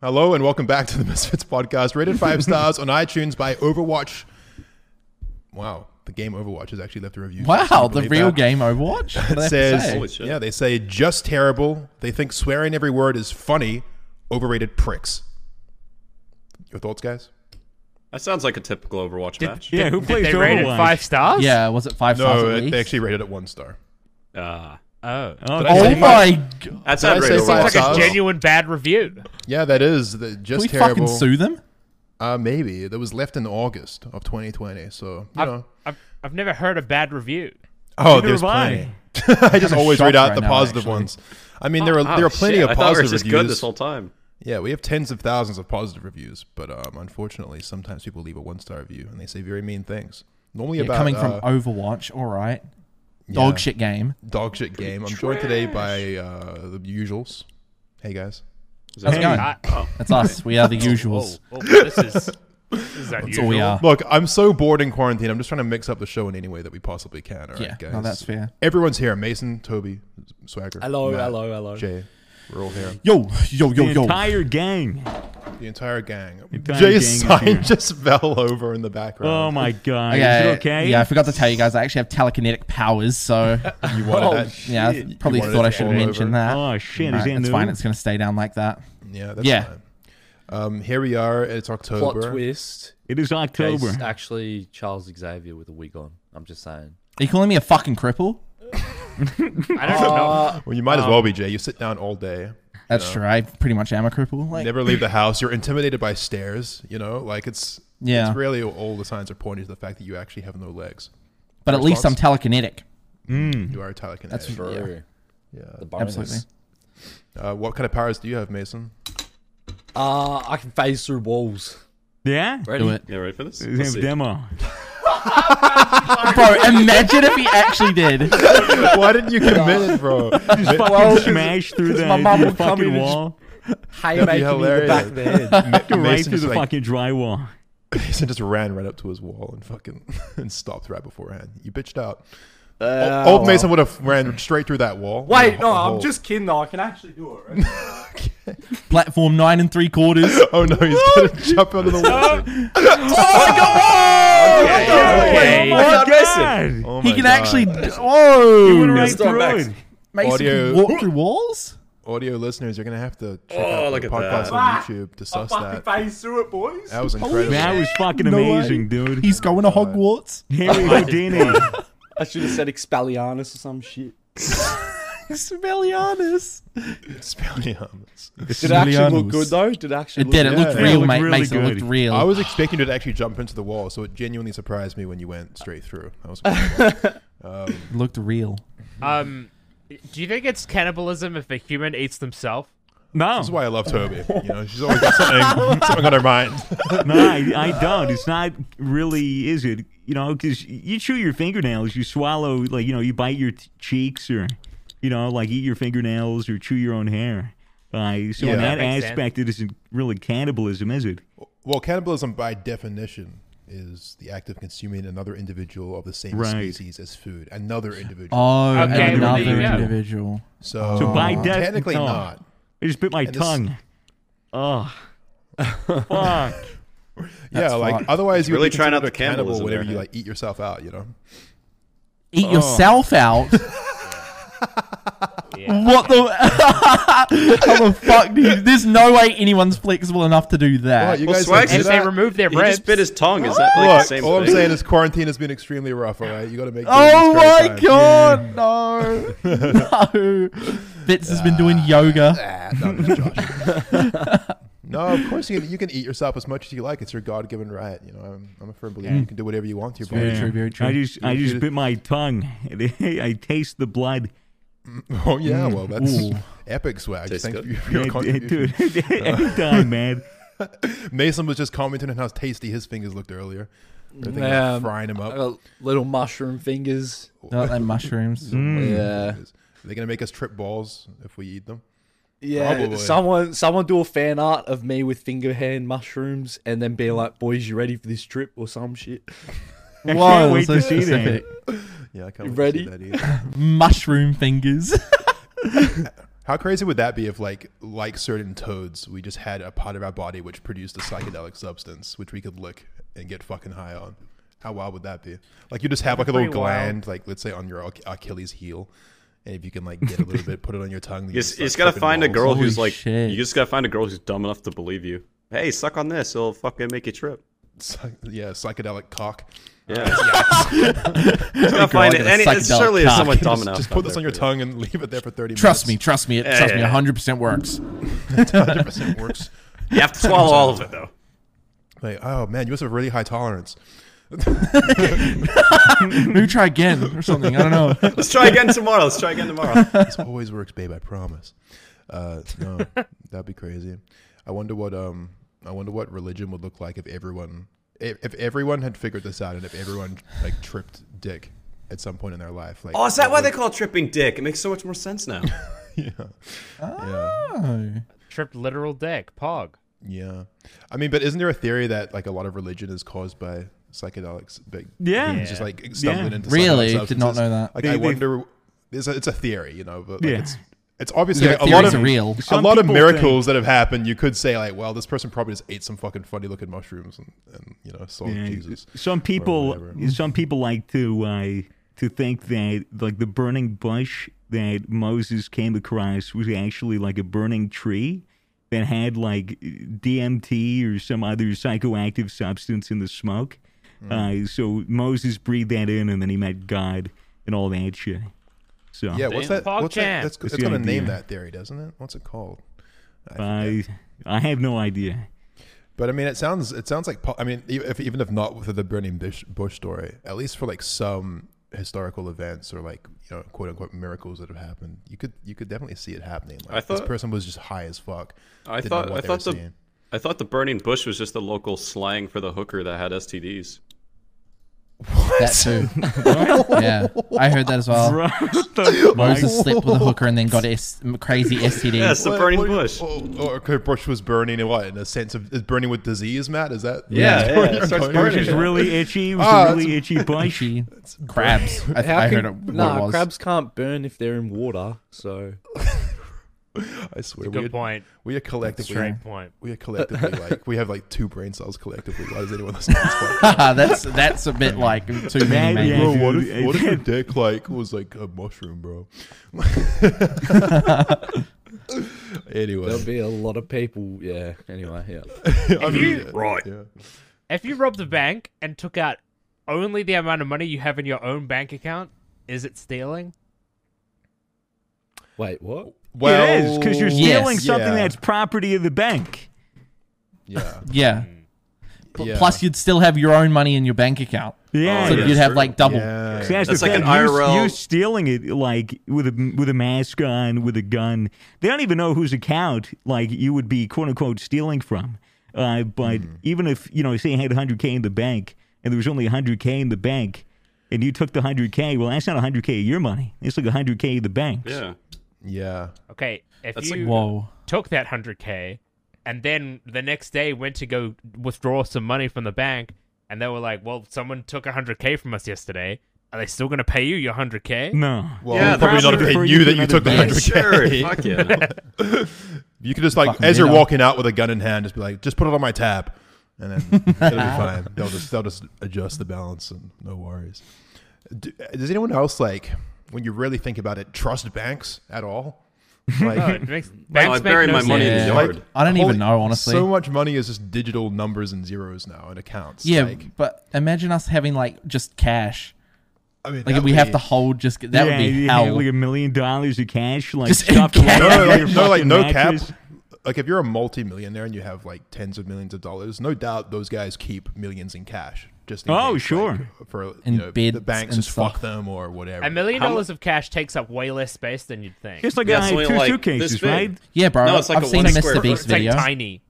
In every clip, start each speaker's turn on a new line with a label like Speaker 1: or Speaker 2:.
Speaker 1: Hello and welcome back to the Misfits podcast, rated five stars on iTunes by Overwatch. Wow, the game Overwatch has actually left a review.
Speaker 2: Wow,
Speaker 1: Can you
Speaker 2: the
Speaker 1: believe
Speaker 2: real
Speaker 1: that?
Speaker 2: game Overwatch. What
Speaker 1: It
Speaker 2: do they have to say?
Speaker 1: says,
Speaker 3: shit.
Speaker 1: yeah, they say just terrible. They think swearing every word is funny. Overrated pricks. Your thoughts, guys?
Speaker 3: That sounds like a typical Overwatch match.
Speaker 4: Yeah, who plays
Speaker 5: They rated
Speaker 4: Overwatch?
Speaker 5: five stars?
Speaker 2: yeah, was it five stars
Speaker 1: No,
Speaker 2: at
Speaker 1: they-
Speaker 2: least?
Speaker 1: they actually rated it one star.
Speaker 3: Ah,
Speaker 5: Oh,
Speaker 4: Oh,
Speaker 1: I
Speaker 2: oh
Speaker 1: say
Speaker 2: my god!
Speaker 3: that's
Speaker 1: Did I
Speaker 3: not
Speaker 1: say
Speaker 3: rated
Speaker 1: five
Speaker 3: Overwatch.
Speaker 1: stars?
Speaker 5: like a genuine bad review.
Speaker 1: Yeah, that is the,
Speaker 2: Can
Speaker 1: just
Speaker 2: we
Speaker 1: terrible.
Speaker 2: fucking sue them?
Speaker 1: Uh, maybe that was left in August of 2020. So you know,
Speaker 5: I've, I've never heard a bad review.
Speaker 1: oh,
Speaker 4: Neither
Speaker 1: there's
Speaker 4: have I.
Speaker 1: plenty. I just
Speaker 2: kinda
Speaker 1: always
Speaker 2: shocked
Speaker 1: read out
Speaker 2: right
Speaker 1: the
Speaker 2: now,
Speaker 1: positive
Speaker 2: actually.
Speaker 1: ones. I mean, there are
Speaker 3: Oh,
Speaker 1: there are plenty
Speaker 3: shit.
Speaker 1: of
Speaker 3: I thought we were
Speaker 1: positive
Speaker 3: just
Speaker 1: reviews.
Speaker 3: good this whole time.
Speaker 1: Yeah, we have tens of thousands of positive reviews, but um, unfortunately, sometimes people leave a one star review and they say very mean things. Normally
Speaker 2: Yeah,
Speaker 1: about
Speaker 2: coming from
Speaker 1: uh,
Speaker 2: Overwatch, all right.
Speaker 1: yeah,
Speaker 2: Dog shit game.
Speaker 1: dog shit game. I'm joined today by uh, the usuals. Hey guys,
Speaker 3: Is
Speaker 2: How's it
Speaker 3: that-
Speaker 2: going?
Speaker 5: I-
Speaker 2: That's us. We are the usuals.
Speaker 5: Whoa, whoa, this is this is
Speaker 2: That's all we
Speaker 5: unusual.
Speaker 2: are.
Speaker 1: look, I'm so bored in quarantine. I'm just trying to mix up the show in any way that we possibly can. All right,
Speaker 2: Yeah,
Speaker 1: guys.
Speaker 2: no, that's fair.
Speaker 1: Everyone's here. Mason, Toby, Swagger.
Speaker 6: Hello,
Speaker 1: Matt,
Speaker 6: hello, hello.
Speaker 1: Jay, we're all here.
Speaker 2: Yo, yo, yo,
Speaker 4: The
Speaker 2: Oh, yo.
Speaker 4: entire gang.
Speaker 1: The entire gang.
Speaker 4: entire gang
Speaker 1: Jay's
Speaker 4: is
Speaker 1: sign
Speaker 4: here.
Speaker 1: just fell over in the background.
Speaker 4: Oh my god.
Speaker 2: Okay,
Speaker 4: Is it okay?
Speaker 2: Yeah, I forgot to tell you guys. I actually have telekinetic powers, so
Speaker 1: You wanted that?
Speaker 2: yeah, I probably
Speaker 1: You wanted
Speaker 2: thought I
Speaker 1: it to
Speaker 2: should
Speaker 1: fall
Speaker 2: mention
Speaker 1: over.
Speaker 2: that.
Speaker 4: Oh shit,
Speaker 2: No,
Speaker 4: is that
Speaker 2: it's
Speaker 4: new?
Speaker 2: fine. It's gonna stay down like that.
Speaker 1: Yeah, that's
Speaker 2: Yeah.
Speaker 1: fine. Um, here we are. It's
Speaker 6: Plot
Speaker 1: October.
Speaker 6: twist.
Speaker 4: It is
Speaker 6: It's
Speaker 4: October.
Speaker 6: actually Charles Xavier with a wig on. I'm just saying.
Speaker 2: Are you calling me a fucking cripple?
Speaker 5: I don't know.
Speaker 1: Well, you might as
Speaker 6: Um,
Speaker 1: well be, Jay. You sit down all day.
Speaker 2: That's true. I pretty much am a cripple. Like,
Speaker 1: never leave the house. You're intimidated by stairs. You know, like it's
Speaker 2: Yeah.
Speaker 1: It's really all the signs are pointing to the fact that you actually have no legs.
Speaker 2: but at least I'm
Speaker 1: response?
Speaker 2: telekinetic.
Speaker 4: Hmm.
Speaker 1: You are a telekinetic. That's
Speaker 6: True. The bonus.
Speaker 2: Absolutely.
Speaker 1: Uh, what kind of powers do you have, Mason?
Speaker 6: Uh, I can phase through walls.
Speaker 4: yeah?
Speaker 6: Ready?
Speaker 2: Do it,
Speaker 3: Yeah, ready for this?
Speaker 4: Is
Speaker 3: Let's
Speaker 4: it
Speaker 3: see.
Speaker 4: a demo.
Speaker 2: bro. Imagine if he actually did.
Speaker 1: Why didn't you commit it, bro?
Speaker 4: Fucking smash through the,
Speaker 6: my mum
Speaker 4: the
Speaker 6: will come in
Speaker 4: fucking
Speaker 6: and just-
Speaker 4: wall.
Speaker 6: Hey, mate, give me the back of the head.
Speaker 1: Ma-
Speaker 4: Right
Speaker 1: Mason,
Speaker 4: through
Speaker 1: just
Speaker 4: the
Speaker 1: like,
Speaker 4: fucking drywall.
Speaker 1: Mason just ran right up to his wall and fucking and stopped right beforehand. You bitched out.
Speaker 6: Uh,
Speaker 1: Old Mason would have ran straight through that wall.
Speaker 7: Wait, no,
Speaker 1: The
Speaker 7: I'm
Speaker 1: hole.
Speaker 7: just kidding. Though I can actually do it. Right?
Speaker 2: Platform nine and three quarters.
Speaker 1: Oh no, he's gonna jump out of the wall.
Speaker 7: Oh,
Speaker 5: Okay.
Speaker 4: Oh my
Speaker 6: Without
Speaker 4: god!
Speaker 1: Oh
Speaker 2: he
Speaker 1: my
Speaker 2: can
Speaker 1: God.
Speaker 2: actually. Oh,
Speaker 4: Went right
Speaker 6: Let's start
Speaker 4: through
Speaker 6: back.
Speaker 4: it.
Speaker 2: Mason
Speaker 1: Audio.
Speaker 2: can walk through walls.
Speaker 1: audio listeners, you're gonna have to check
Speaker 3: Oh,
Speaker 1: out
Speaker 3: look
Speaker 1: the
Speaker 3: at
Speaker 1: podcast
Speaker 3: that.
Speaker 1: on
Speaker 7: Ah,
Speaker 1: YouTube to
Speaker 7: I
Speaker 1: suss
Speaker 7: fucking
Speaker 1: that.
Speaker 7: phase through it, boys.
Speaker 1: That was incredible.
Speaker 4: That was fucking amazing, dude.
Speaker 2: He's going to Hogwarts.
Speaker 4: Harry Houdini.
Speaker 7: I should have said Expelliarmus or some shit.
Speaker 2: Expelliarmus.
Speaker 1: Expelliarmus.
Speaker 7: Did it actually look good though? Did it actually
Speaker 2: It
Speaker 7: look
Speaker 2: did. It
Speaker 7: good?
Speaker 2: looked
Speaker 1: Yeah, it
Speaker 2: real,
Speaker 4: looked
Speaker 2: mate.
Speaker 4: really
Speaker 2: Mason it
Speaker 4: good.
Speaker 2: looked real.
Speaker 1: I was expecting you to actually jump into the wall, so it genuinely surprised me when you went straight through. That was incredible.
Speaker 2: It looked real.
Speaker 5: Um, do you think it's cannibalism if a human eats themselves?
Speaker 4: No,
Speaker 1: That's why I love Toby. You know, she's always got something, something on her mind.
Speaker 4: no, I, I don't. It's not really, is it? You know, because you chew your fingernails, you swallow, like you know, you bite your t- cheeks, or you know, like eat your fingernails or chew your own hair. Uh, so
Speaker 1: Yeah.
Speaker 4: in
Speaker 1: That
Speaker 4: that
Speaker 5: makes
Speaker 4: aspect, it isn't really cannibalism, is it?
Speaker 1: Well, cannibalism by definition is the act of consuming another individual of the same
Speaker 4: Right.
Speaker 1: species as food. Another individual.
Speaker 2: Oh,
Speaker 5: Okay,
Speaker 4: well,
Speaker 2: another
Speaker 4: there you go.
Speaker 2: individual.
Speaker 1: so,
Speaker 4: So by def-
Speaker 1: technically
Speaker 4: oh.
Speaker 1: not.
Speaker 4: I just bit my
Speaker 1: this-
Speaker 4: tongue. Oh, fuck!
Speaker 1: yeah, like
Speaker 2: fucked.
Speaker 1: otherwise you
Speaker 3: Really
Speaker 1: would be
Speaker 3: trying
Speaker 1: considered a
Speaker 3: out the
Speaker 1: cannibal
Speaker 3: cannibalism
Speaker 1: whenever
Speaker 3: there,
Speaker 1: you
Speaker 3: hey?
Speaker 1: like eat yourself out. You know.
Speaker 2: Eat yourself out. What the? How the fuck do you? There's no way anyone's flexible enough to do that.
Speaker 1: Right, you
Speaker 3: Well,
Speaker 1: guys
Speaker 3: Swags
Speaker 1: like
Speaker 5: If
Speaker 3: is
Speaker 1: do
Speaker 5: they
Speaker 1: that?
Speaker 5: remove their
Speaker 3: He
Speaker 5: ribs,
Speaker 3: just bit his tongue. Is that like the
Speaker 1: Look,
Speaker 3: same
Speaker 1: all I'm
Speaker 3: thing?
Speaker 1: saying is quarantine has been extremely rough. All right, you got to make.
Speaker 2: oh
Speaker 1: use these
Speaker 2: my
Speaker 1: great times.
Speaker 2: god, no, no. Fitz has been doing yoga.
Speaker 1: Ah, no, no, Josh. no, of course you can, you can eat yourself as much as you like. It's your God given right. You know, I'm, I'm a firm believer. You can do whatever you want to your body.
Speaker 2: Very true, very true.
Speaker 4: I just, I
Speaker 1: You
Speaker 4: just
Speaker 1: should-
Speaker 4: bit my tongue. I taste the blood.
Speaker 1: Oh yeah, well that's
Speaker 2: Ooh.
Speaker 1: epic swag.
Speaker 3: Tastes
Speaker 1: Thanks
Speaker 3: good.
Speaker 1: for your- for your
Speaker 4: Yeah, dude,
Speaker 1: contribution.
Speaker 4: anytime, man.
Speaker 1: Mason was just commenting on how tasty his fingers looked earlier. They're thinking
Speaker 6: Yeah,
Speaker 1: of frying him
Speaker 6: I
Speaker 1: up.
Speaker 6: got little mushroom fingers.
Speaker 2: They're like mushrooms.
Speaker 6: Yeah.
Speaker 1: They're Mm. gonna make us trip balls if we eat them.
Speaker 6: Yeah.
Speaker 1: Probably.
Speaker 6: Someone someone do a fan art of me with finger hand mushrooms and then be like, boys, you ready for this trip or some shit?
Speaker 4: I
Speaker 2: Whoa,
Speaker 4: can't wait
Speaker 2: so
Speaker 4: to see that.
Speaker 2: specific.
Speaker 1: Yeah, I can't
Speaker 6: You
Speaker 1: wait to see
Speaker 6: ready?
Speaker 1: that either.
Speaker 2: Mushroom fingers.
Speaker 1: How crazy would that be if, like, like certain toads, we just had a part of our body which produced a psychedelic substance which we could lick and get fucking high on? How wild would that be? Like, you just have like a little
Speaker 5: Pretty wild.
Speaker 1: gland, like let's say on your Ach- Achilles heel, and if you can like get a little bit, put it on your tongue.
Speaker 3: You just, you just gotta find a girl
Speaker 2: Holy
Speaker 3: who's like,
Speaker 2: shit.
Speaker 3: you just gotta find a girl who's dumb enough to believe you. Hey, suck on this; it'll fucking make you trip.
Speaker 1: Psych- yeah, psychedelic cock.
Speaker 3: Yeah, just gotta find
Speaker 2: I
Speaker 3: it.
Speaker 2: got a
Speaker 3: Any, it's
Speaker 2: psychedelic
Speaker 3: surely
Speaker 2: cock.
Speaker 3: there's someone dumb
Speaker 1: Just,
Speaker 3: enough.
Speaker 1: just
Speaker 3: out
Speaker 1: put this
Speaker 3: there
Speaker 1: on your
Speaker 3: for you.
Speaker 1: tongue and leave it there for thirty
Speaker 2: Trust me,
Speaker 1: minutes.
Speaker 2: trust me, it, trust
Speaker 3: yeah,
Speaker 2: me,
Speaker 3: yeah.
Speaker 2: 100% works.
Speaker 1: Trust me, it works.
Speaker 3: You have to swallow all of it though.
Speaker 1: Like, oh man, you must have a really high tolerance.
Speaker 2: Maybe try again or something. I don't know.
Speaker 3: Let's try again tomorrow. Let's try again tomorrow.
Speaker 1: This always works, babe. I promise. Uh, no, that'd be crazy. I wonder what um, I wonder what religion would look like if everyone, if, if everyone had figured this out, and if everyone like tripped dick at some point in their life. Like,
Speaker 3: Oh, is that why they call it tripping dick? It makes so much more sense now.
Speaker 1: yeah,
Speaker 3: Ah.
Speaker 1: yeah,
Speaker 2: Oh.
Speaker 5: Tripped literal dick. Pog.
Speaker 1: yeah. I mean, but isn't there a theory that like a lot of religion is caused by psychedelics? Big,
Speaker 4: Yeah.
Speaker 1: just like stumbling
Speaker 4: Yeah.
Speaker 1: into
Speaker 2: Really?
Speaker 1: psychedelic
Speaker 2: Did not
Speaker 1: substances?
Speaker 2: know that.
Speaker 1: Like,
Speaker 4: They-
Speaker 1: I
Speaker 4: they-
Speaker 1: wonder. It's a, it's a theory, you know, but like,
Speaker 4: Yeah.
Speaker 1: it's it's obviously
Speaker 2: Yeah,
Speaker 1: like, a lot
Speaker 2: theories
Speaker 1: of
Speaker 2: are real.
Speaker 1: a
Speaker 4: Some
Speaker 1: lot of
Speaker 4: people
Speaker 1: miracles that have happened, you could say like, well, this person probably just ate some fucking funny looking mushrooms and, and you know saw
Speaker 4: Yeah,
Speaker 1: Oh, Jesus.
Speaker 4: Some people,
Speaker 1: whatever.
Speaker 4: some people like to uh, to think that like the burning bush that Moses came across was actually like a burning tree that had like DMT or some other psychoactive substance in the smoke.
Speaker 1: Hmm.
Speaker 4: Uh, so Moses breathed that in, and then he met God and all that shit.
Speaker 2: Oh,
Speaker 4: So
Speaker 1: Yeah, what's
Speaker 5: Damn.
Speaker 1: that? What's that?
Speaker 5: Pogchamp.
Speaker 1: That's,
Speaker 4: It's
Speaker 1: it's
Speaker 4: the
Speaker 1: got a name
Speaker 4: idea.
Speaker 1: that theory, doesn't it? What's it called?
Speaker 4: I I have no idea.
Speaker 1: But I mean, it sounds it sounds like po- I mean, e- if, even if not with the burning bush, bush story, at least for like some historical events or like you know quote unquote miracles that have happened, you could you could definitely see it happening. Like
Speaker 3: I
Speaker 1: this
Speaker 3: thought-
Speaker 1: person was just high as fuck.
Speaker 3: I
Speaker 1: didn't know
Speaker 3: thought
Speaker 1: what
Speaker 3: I
Speaker 1: they were
Speaker 3: thought the
Speaker 1: seeing.
Speaker 3: I thought the burning bush was just the local slang for the hooker that had STDs.
Speaker 2: That too. yeah, I heard that as well.
Speaker 4: What the
Speaker 2: Moses
Speaker 4: fuck?
Speaker 2: slept with a hooker and then got S- crazy STD.
Speaker 3: Yeah, it's the
Speaker 1: What-
Speaker 3: burning
Speaker 1: what-
Speaker 3: bush.
Speaker 1: Oh, oh, okay, bush was burning in what in a sense of is burning with disease, Matt? Is that
Speaker 3: Yeah, yeah, it
Speaker 1: Burning
Speaker 3: starts
Speaker 1: bush.
Speaker 4: It was
Speaker 3: burning.
Speaker 4: just really itchy. It was
Speaker 1: Ah,
Speaker 4: a really itchy bush.
Speaker 2: She- crabs. I,
Speaker 6: How
Speaker 2: I
Speaker 6: can-
Speaker 2: heard it. What
Speaker 6: nah,
Speaker 2: it was.
Speaker 6: crabs can't burn if they're in water. So
Speaker 1: I swear, we
Speaker 5: Good
Speaker 1: are,
Speaker 5: point.
Speaker 1: We are collectively.
Speaker 5: Great point.
Speaker 1: We are collectively like we have like two brain cells collectively. Why does anyone listen to this podcast?
Speaker 2: Ah, that's that's a bit like too many.
Speaker 4: Man,
Speaker 2: man.
Speaker 4: yeah.
Speaker 1: Bro, what
Speaker 4: dude,
Speaker 1: if what if
Speaker 4: I-
Speaker 1: your dick like was like a mushroom, bro?
Speaker 6: there'll
Speaker 1: anyway,
Speaker 6: be a lot of people. Yeah. Anyway, yeah.
Speaker 1: I mean,
Speaker 3: Right.
Speaker 1: yeah.
Speaker 5: If you robbed the bank and took out only the amount of money you have in your own bank account, is it stealing?
Speaker 6: Wait, what?
Speaker 4: it is because you're
Speaker 2: Yes.
Speaker 4: stealing something
Speaker 1: Yeah.
Speaker 4: that's property of the bank.
Speaker 1: yeah,
Speaker 2: Yeah. P-
Speaker 1: Mm. Yeah.
Speaker 2: Plus, you'd still have your own money in your bank account,
Speaker 1: Oh,
Speaker 4: Yeah,
Speaker 2: so
Speaker 3: yeah,
Speaker 2: you'd have
Speaker 3: true.
Speaker 2: like double.
Speaker 1: yeah.
Speaker 4: See, that's
Speaker 3: That's
Speaker 4: the
Speaker 3: like
Speaker 4: thing.
Speaker 3: an
Speaker 4: you,
Speaker 3: IRL
Speaker 4: you stealing it like with a with a mask on, with a gun. They don't even know whose account like you would be quote unquote stealing from. Uh, but
Speaker 1: Hmm.
Speaker 4: even if you know, say you had 100k in the bank, and there was only 100k in the bank, and you took the 100k, well, that's not 100k of your money. It's like 100k of the bank's.
Speaker 3: Yeah.
Speaker 1: yeah.
Speaker 5: Okay, if
Speaker 3: That's like-
Speaker 5: you
Speaker 2: Whoa.
Speaker 5: took that 100k and then the next day went to go withdraw some money from the bank and they were like, "Well, someone took 100k from us yesterday. Are they still going to pay you your 100k?"
Speaker 4: No.
Speaker 1: Well,
Speaker 3: Yeah,
Speaker 1: probably
Speaker 3: that's
Speaker 1: not if
Speaker 4: true.
Speaker 1: they
Speaker 4: Refer
Speaker 1: knew
Speaker 4: you
Speaker 1: that
Speaker 4: to
Speaker 1: you took the
Speaker 2: another
Speaker 1: hundred
Speaker 2: bank.
Speaker 3: Sure. Fuck yeah.
Speaker 1: You could just like
Speaker 2: Fucking
Speaker 1: as you're
Speaker 2: winner.
Speaker 1: walking out with a gun in hand, just be like, just put it on my tab, and then it'll be fine. They'll just they'll just adjust the balance and no worries. Do, does anyone else like when you really think about it trust banks at all?
Speaker 5: No,
Speaker 1: Like,
Speaker 5: Oh, it makes,
Speaker 3: I
Speaker 5: banks make
Speaker 3: buried
Speaker 5: no
Speaker 3: my money in
Speaker 5: sense.
Speaker 3: the
Speaker 2: Yeah.
Speaker 3: yard.
Speaker 2: I don't
Speaker 1: holy-
Speaker 2: even know, honestly.
Speaker 1: So much money is just digital numbers and zeros now in accounts.
Speaker 2: yeah,
Speaker 1: like,
Speaker 2: but imagine us having like just cash.
Speaker 1: I mean,
Speaker 2: Like
Speaker 1: that
Speaker 2: if we
Speaker 1: would
Speaker 2: have
Speaker 1: be-
Speaker 2: to hold, just that
Speaker 4: yeah,
Speaker 2: would be
Speaker 4: you
Speaker 2: hell.
Speaker 4: had like a million dollars of cash, like
Speaker 2: Just in
Speaker 4: stuffed away
Speaker 2: cash.
Speaker 1: No, no,
Speaker 4: under your
Speaker 1: like, no, like
Speaker 4: fucking
Speaker 1: no
Speaker 4: mattress.
Speaker 1: cap. Like if you're a multi-millionaire and you have like tens of millions of dollars, no doubt those guys keep millions in cash. Just in
Speaker 4: Oh,
Speaker 1: case,
Speaker 4: sure.
Speaker 1: like, for
Speaker 2: In
Speaker 1: you know,
Speaker 2: beds
Speaker 1: the banks
Speaker 2: and
Speaker 1: just
Speaker 2: stuff.
Speaker 1: fuck them or whatever.
Speaker 5: A million
Speaker 3: How mu-
Speaker 5: dollars of cash takes up way less space than you'd think.
Speaker 4: It's like
Speaker 3: Yeah,
Speaker 4: uh,
Speaker 3: it's only
Speaker 4: two
Speaker 3: like this
Speaker 4: suitcases,
Speaker 3: big.
Speaker 4: right?
Speaker 2: yeah, bro.
Speaker 3: No, it's like
Speaker 2: I've
Speaker 3: a
Speaker 2: seen
Speaker 3: one
Speaker 2: a
Speaker 3: square
Speaker 2: Mr. Beast
Speaker 5: it's like
Speaker 2: video.
Speaker 5: tiny.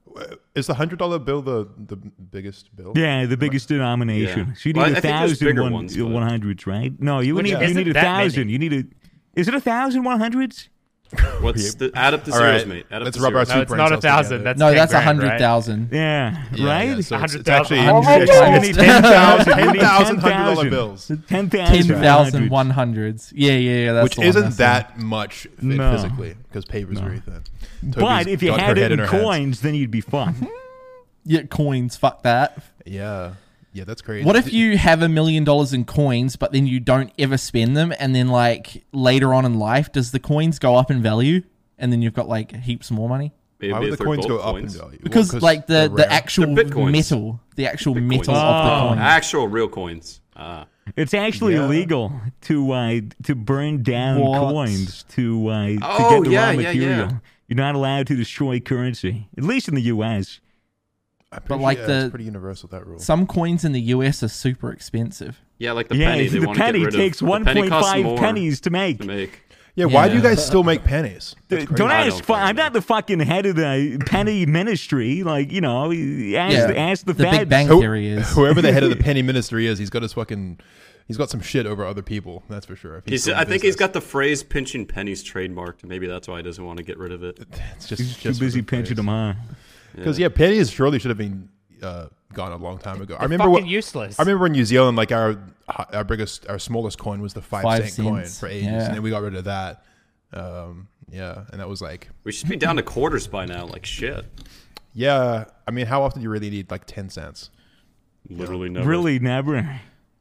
Speaker 1: Is the hundred dollar bill the, the biggest bill?
Speaker 4: Yeah, the biggest denomination.
Speaker 3: Yeah.
Speaker 4: So you need
Speaker 3: Well, I
Speaker 4: a
Speaker 3: think there's
Speaker 4: thousand
Speaker 3: bigger
Speaker 4: one,
Speaker 3: ones, but-
Speaker 4: one hundreds, right? No, you
Speaker 5: Which
Speaker 4: need you
Speaker 5: isn't
Speaker 4: need a
Speaker 5: that many.
Speaker 4: thousand. You need a. Is it a thousand one hundreds?
Speaker 3: What's the add up the zeros,
Speaker 1: right,
Speaker 3: mate? Add up
Speaker 1: let's
Speaker 3: the
Speaker 1: rub our
Speaker 3: zeros.
Speaker 5: No,
Speaker 1: Two
Speaker 5: it's
Speaker 1: brain
Speaker 5: not a
Speaker 1: cells together.
Speaker 5: thousand. That's
Speaker 2: No,
Speaker 5: 10
Speaker 2: that's a
Speaker 5: grand,
Speaker 2: hundred
Speaker 5: right?
Speaker 2: thousand.
Speaker 4: Yeah,
Speaker 1: Yeah,
Speaker 4: right?
Speaker 1: yeah, so it's, it's actually
Speaker 5: 100,000.
Speaker 4: $100,000.
Speaker 1: Oh, ten thousand hundred dollar bills,
Speaker 2: Ten
Speaker 4: Ten thousand.
Speaker 2: thousand one hundreds. Yeah, yeah, yeah. That's
Speaker 1: which
Speaker 2: the one,
Speaker 1: isn't
Speaker 2: that's the one.
Speaker 1: that much fit
Speaker 4: No.
Speaker 1: physically because paper's very thin. Toby's
Speaker 4: But if you
Speaker 1: got
Speaker 4: had
Speaker 1: her
Speaker 4: it
Speaker 1: head
Speaker 4: in
Speaker 1: her hands.
Speaker 4: coins, then you'd be fine.
Speaker 2: Yeah, coins. Fuck that.
Speaker 1: yeah, yeah, that's crazy.
Speaker 2: What if you have a million dollars in coins, but then you don't ever spend them, and then like later on in life, does the coins go up in value, and then you've got like heaps more money?
Speaker 3: Maybe
Speaker 1: Why
Speaker 3: if
Speaker 1: would the
Speaker 3: they're
Speaker 1: coins
Speaker 3: gold
Speaker 1: go up in
Speaker 3: coins.
Speaker 1: value? Well,
Speaker 2: Because like the
Speaker 1: they're
Speaker 2: the
Speaker 1: rare.
Speaker 2: actual
Speaker 3: They're bitcoins.
Speaker 2: metal, the actual
Speaker 3: Bitcoins. Ah.
Speaker 2: metal
Speaker 4: Oh,
Speaker 2: of the coin.
Speaker 3: Actual real coins. Uh,
Speaker 4: It's actually
Speaker 1: Yeah.
Speaker 4: illegal to uh, to burn down
Speaker 2: What?
Speaker 4: coins to uh, to
Speaker 3: Oh,
Speaker 4: get the
Speaker 3: yeah,
Speaker 4: raw
Speaker 3: yeah, yeah.
Speaker 4: material. You're not allowed to destroy currency, at least in the U.S.
Speaker 1: I'm pretty
Speaker 2: but,
Speaker 1: sure,
Speaker 2: like,
Speaker 1: yeah,
Speaker 2: the-
Speaker 1: it's pretty universal that rule.
Speaker 2: Some coins in the US are super expensive.
Speaker 3: yeah, like the
Speaker 4: yeah,
Speaker 3: penny.
Speaker 4: if
Speaker 3: They
Speaker 4: the
Speaker 3: want to get
Speaker 4: penny
Speaker 3: rid
Speaker 4: takes
Speaker 3: of. The penny costs
Speaker 4: 1.5
Speaker 3: more
Speaker 4: pennies to make.
Speaker 3: to make.
Speaker 1: yeah, why do you
Speaker 2: Yeah.
Speaker 1: guys still make pennies? That's
Speaker 4: Don't
Speaker 1: crazy.
Speaker 3: I
Speaker 4: ask.
Speaker 3: don't
Speaker 4: fu-
Speaker 3: think
Speaker 4: I'm
Speaker 3: so.
Speaker 4: not the fucking head of the penny ministry. Like you know, ask,
Speaker 2: Yeah,
Speaker 4: ask the,
Speaker 2: the
Speaker 4: Fed.
Speaker 2: Big Bang
Speaker 1: Who-
Speaker 2: Theory is.
Speaker 1: Whoever the head of the penny ministry is, he's got his fucking, he's got some shit over other people. That's for sure. If
Speaker 3: He's,
Speaker 1: still in
Speaker 3: I think he's
Speaker 1: business.
Speaker 3: got the phrase "pinching pennies" trademarked. Maybe that's why he doesn't want to get rid of it.
Speaker 1: It's just,
Speaker 4: He's too busy pinching them high.
Speaker 1: Because yeah, pennies surely should have been uh, gone a long time ago. I remember
Speaker 5: fucking
Speaker 1: what.
Speaker 5: useless.
Speaker 1: I remember in New Zealand, like our our biggest, our smallest coin was the five
Speaker 2: Five
Speaker 1: cent coin
Speaker 2: cents,
Speaker 1: for ages,
Speaker 2: yeah.
Speaker 1: and then we got rid of that. Um, yeah, and that was like,
Speaker 3: We should be down to quarters by now. Like shit.
Speaker 1: yeah. I mean, how often do you really need like ten cents?
Speaker 3: Literally never.
Speaker 4: Really, never.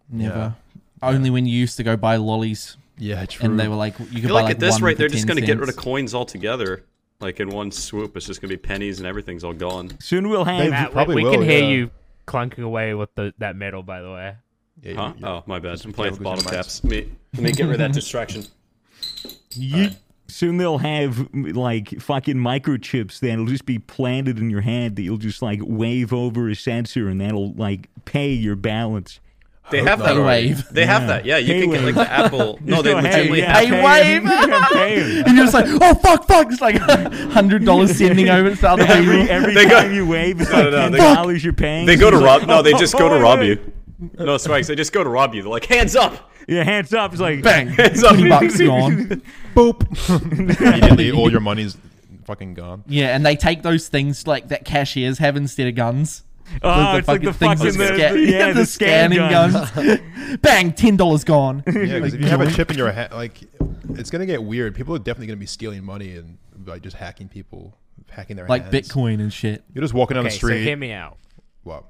Speaker 2: Never. Only when you used to go buy lollies
Speaker 1: Yeah, true.
Speaker 2: and they were like you
Speaker 3: I
Speaker 2: could
Speaker 3: feel
Speaker 2: buy
Speaker 3: like,
Speaker 2: like
Speaker 3: at this
Speaker 2: one
Speaker 3: rate,
Speaker 2: for
Speaker 3: they're just
Speaker 2: 10
Speaker 3: going to get rid of
Speaker 2: cents.
Speaker 3: coins altogether. Like in one swoop, it's just going to be pennies and everything's all gone.
Speaker 4: Soon we'll have.
Speaker 1: They've-
Speaker 5: Matt, we,
Speaker 1: probably
Speaker 5: we
Speaker 1: will,
Speaker 5: can hear
Speaker 1: yeah.
Speaker 5: you clunking away with the, that metal, by the way.
Speaker 1: yeah,
Speaker 3: Huh?
Speaker 1: yeah.
Speaker 3: Oh, my bad. I'm playing
Speaker 1: careful
Speaker 3: with bottle
Speaker 1: 'cause
Speaker 3: caps. Let me, let me get rid of that distraction.
Speaker 4: Ye- Soon they'll have m- like fucking microchips that'll just be planted in your head that you'll just like wave over a sensor and that'll like pay your balance.
Speaker 3: They have that.
Speaker 2: not.
Speaker 3: already.
Speaker 2: Paywave.
Speaker 3: They have that. Yeah, you can get like the Apple. No, they
Speaker 4: Just go, hey,
Speaker 3: legitimately
Speaker 4: yeah,
Speaker 3: have.
Speaker 2: Hey,
Speaker 4: pay
Speaker 2: wave!
Speaker 4: him. Yeah, pay him.
Speaker 2: And you're just like, oh fuck, fuck! It's like hundred dollars sending over to other
Speaker 4: Every,
Speaker 2: people.
Speaker 4: every
Speaker 3: They go-
Speaker 4: time you wave, it's
Speaker 3: No,
Speaker 4: like
Speaker 3: no, no,
Speaker 4: ten
Speaker 3: they-
Speaker 4: dollars you're paying.
Speaker 3: They go to
Speaker 4: It's
Speaker 3: rob.
Speaker 4: like,
Speaker 3: No, they just
Speaker 4: oh,
Speaker 3: go to
Speaker 4: wait,
Speaker 3: rob
Speaker 4: wait.
Speaker 3: you. No, Swags, they just go to rob you. They're like, hands up,
Speaker 4: Yeah, hands up. It's like
Speaker 2: Bang,
Speaker 3: hands up.
Speaker 2: twenty bucks gone.
Speaker 1: Immediately, all your money's fucking gone.
Speaker 2: Yeah, and they take those things like that cashiers have instead of guns.
Speaker 5: Ah,
Speaker 4: Oh, it's like the
Speaker 2: things
Speaker 4: fucking
Speaker 2: that
Speaker 4: the-
Speaker 2: scan-
Speaker 4: the- yeah, the scan
Speaker 2: guns. Bang, ten dollars gone.
Speaker 1: Yeah, because if you have a chip in your head, like it's gonna get weird. People are definitely gonna be stealing money and like just hacking people, hacking their
Speaker 2: Like
Speaker 1: hands.
Speaker 2: Bitcoin and shit.
Speaker 1: You're just walking down
Speaker 5: okay,
Speaker 1: the
Speaker 5: so
Speaker 1: street.
Speaker 5: hear me out.
Speaker 1: Wow.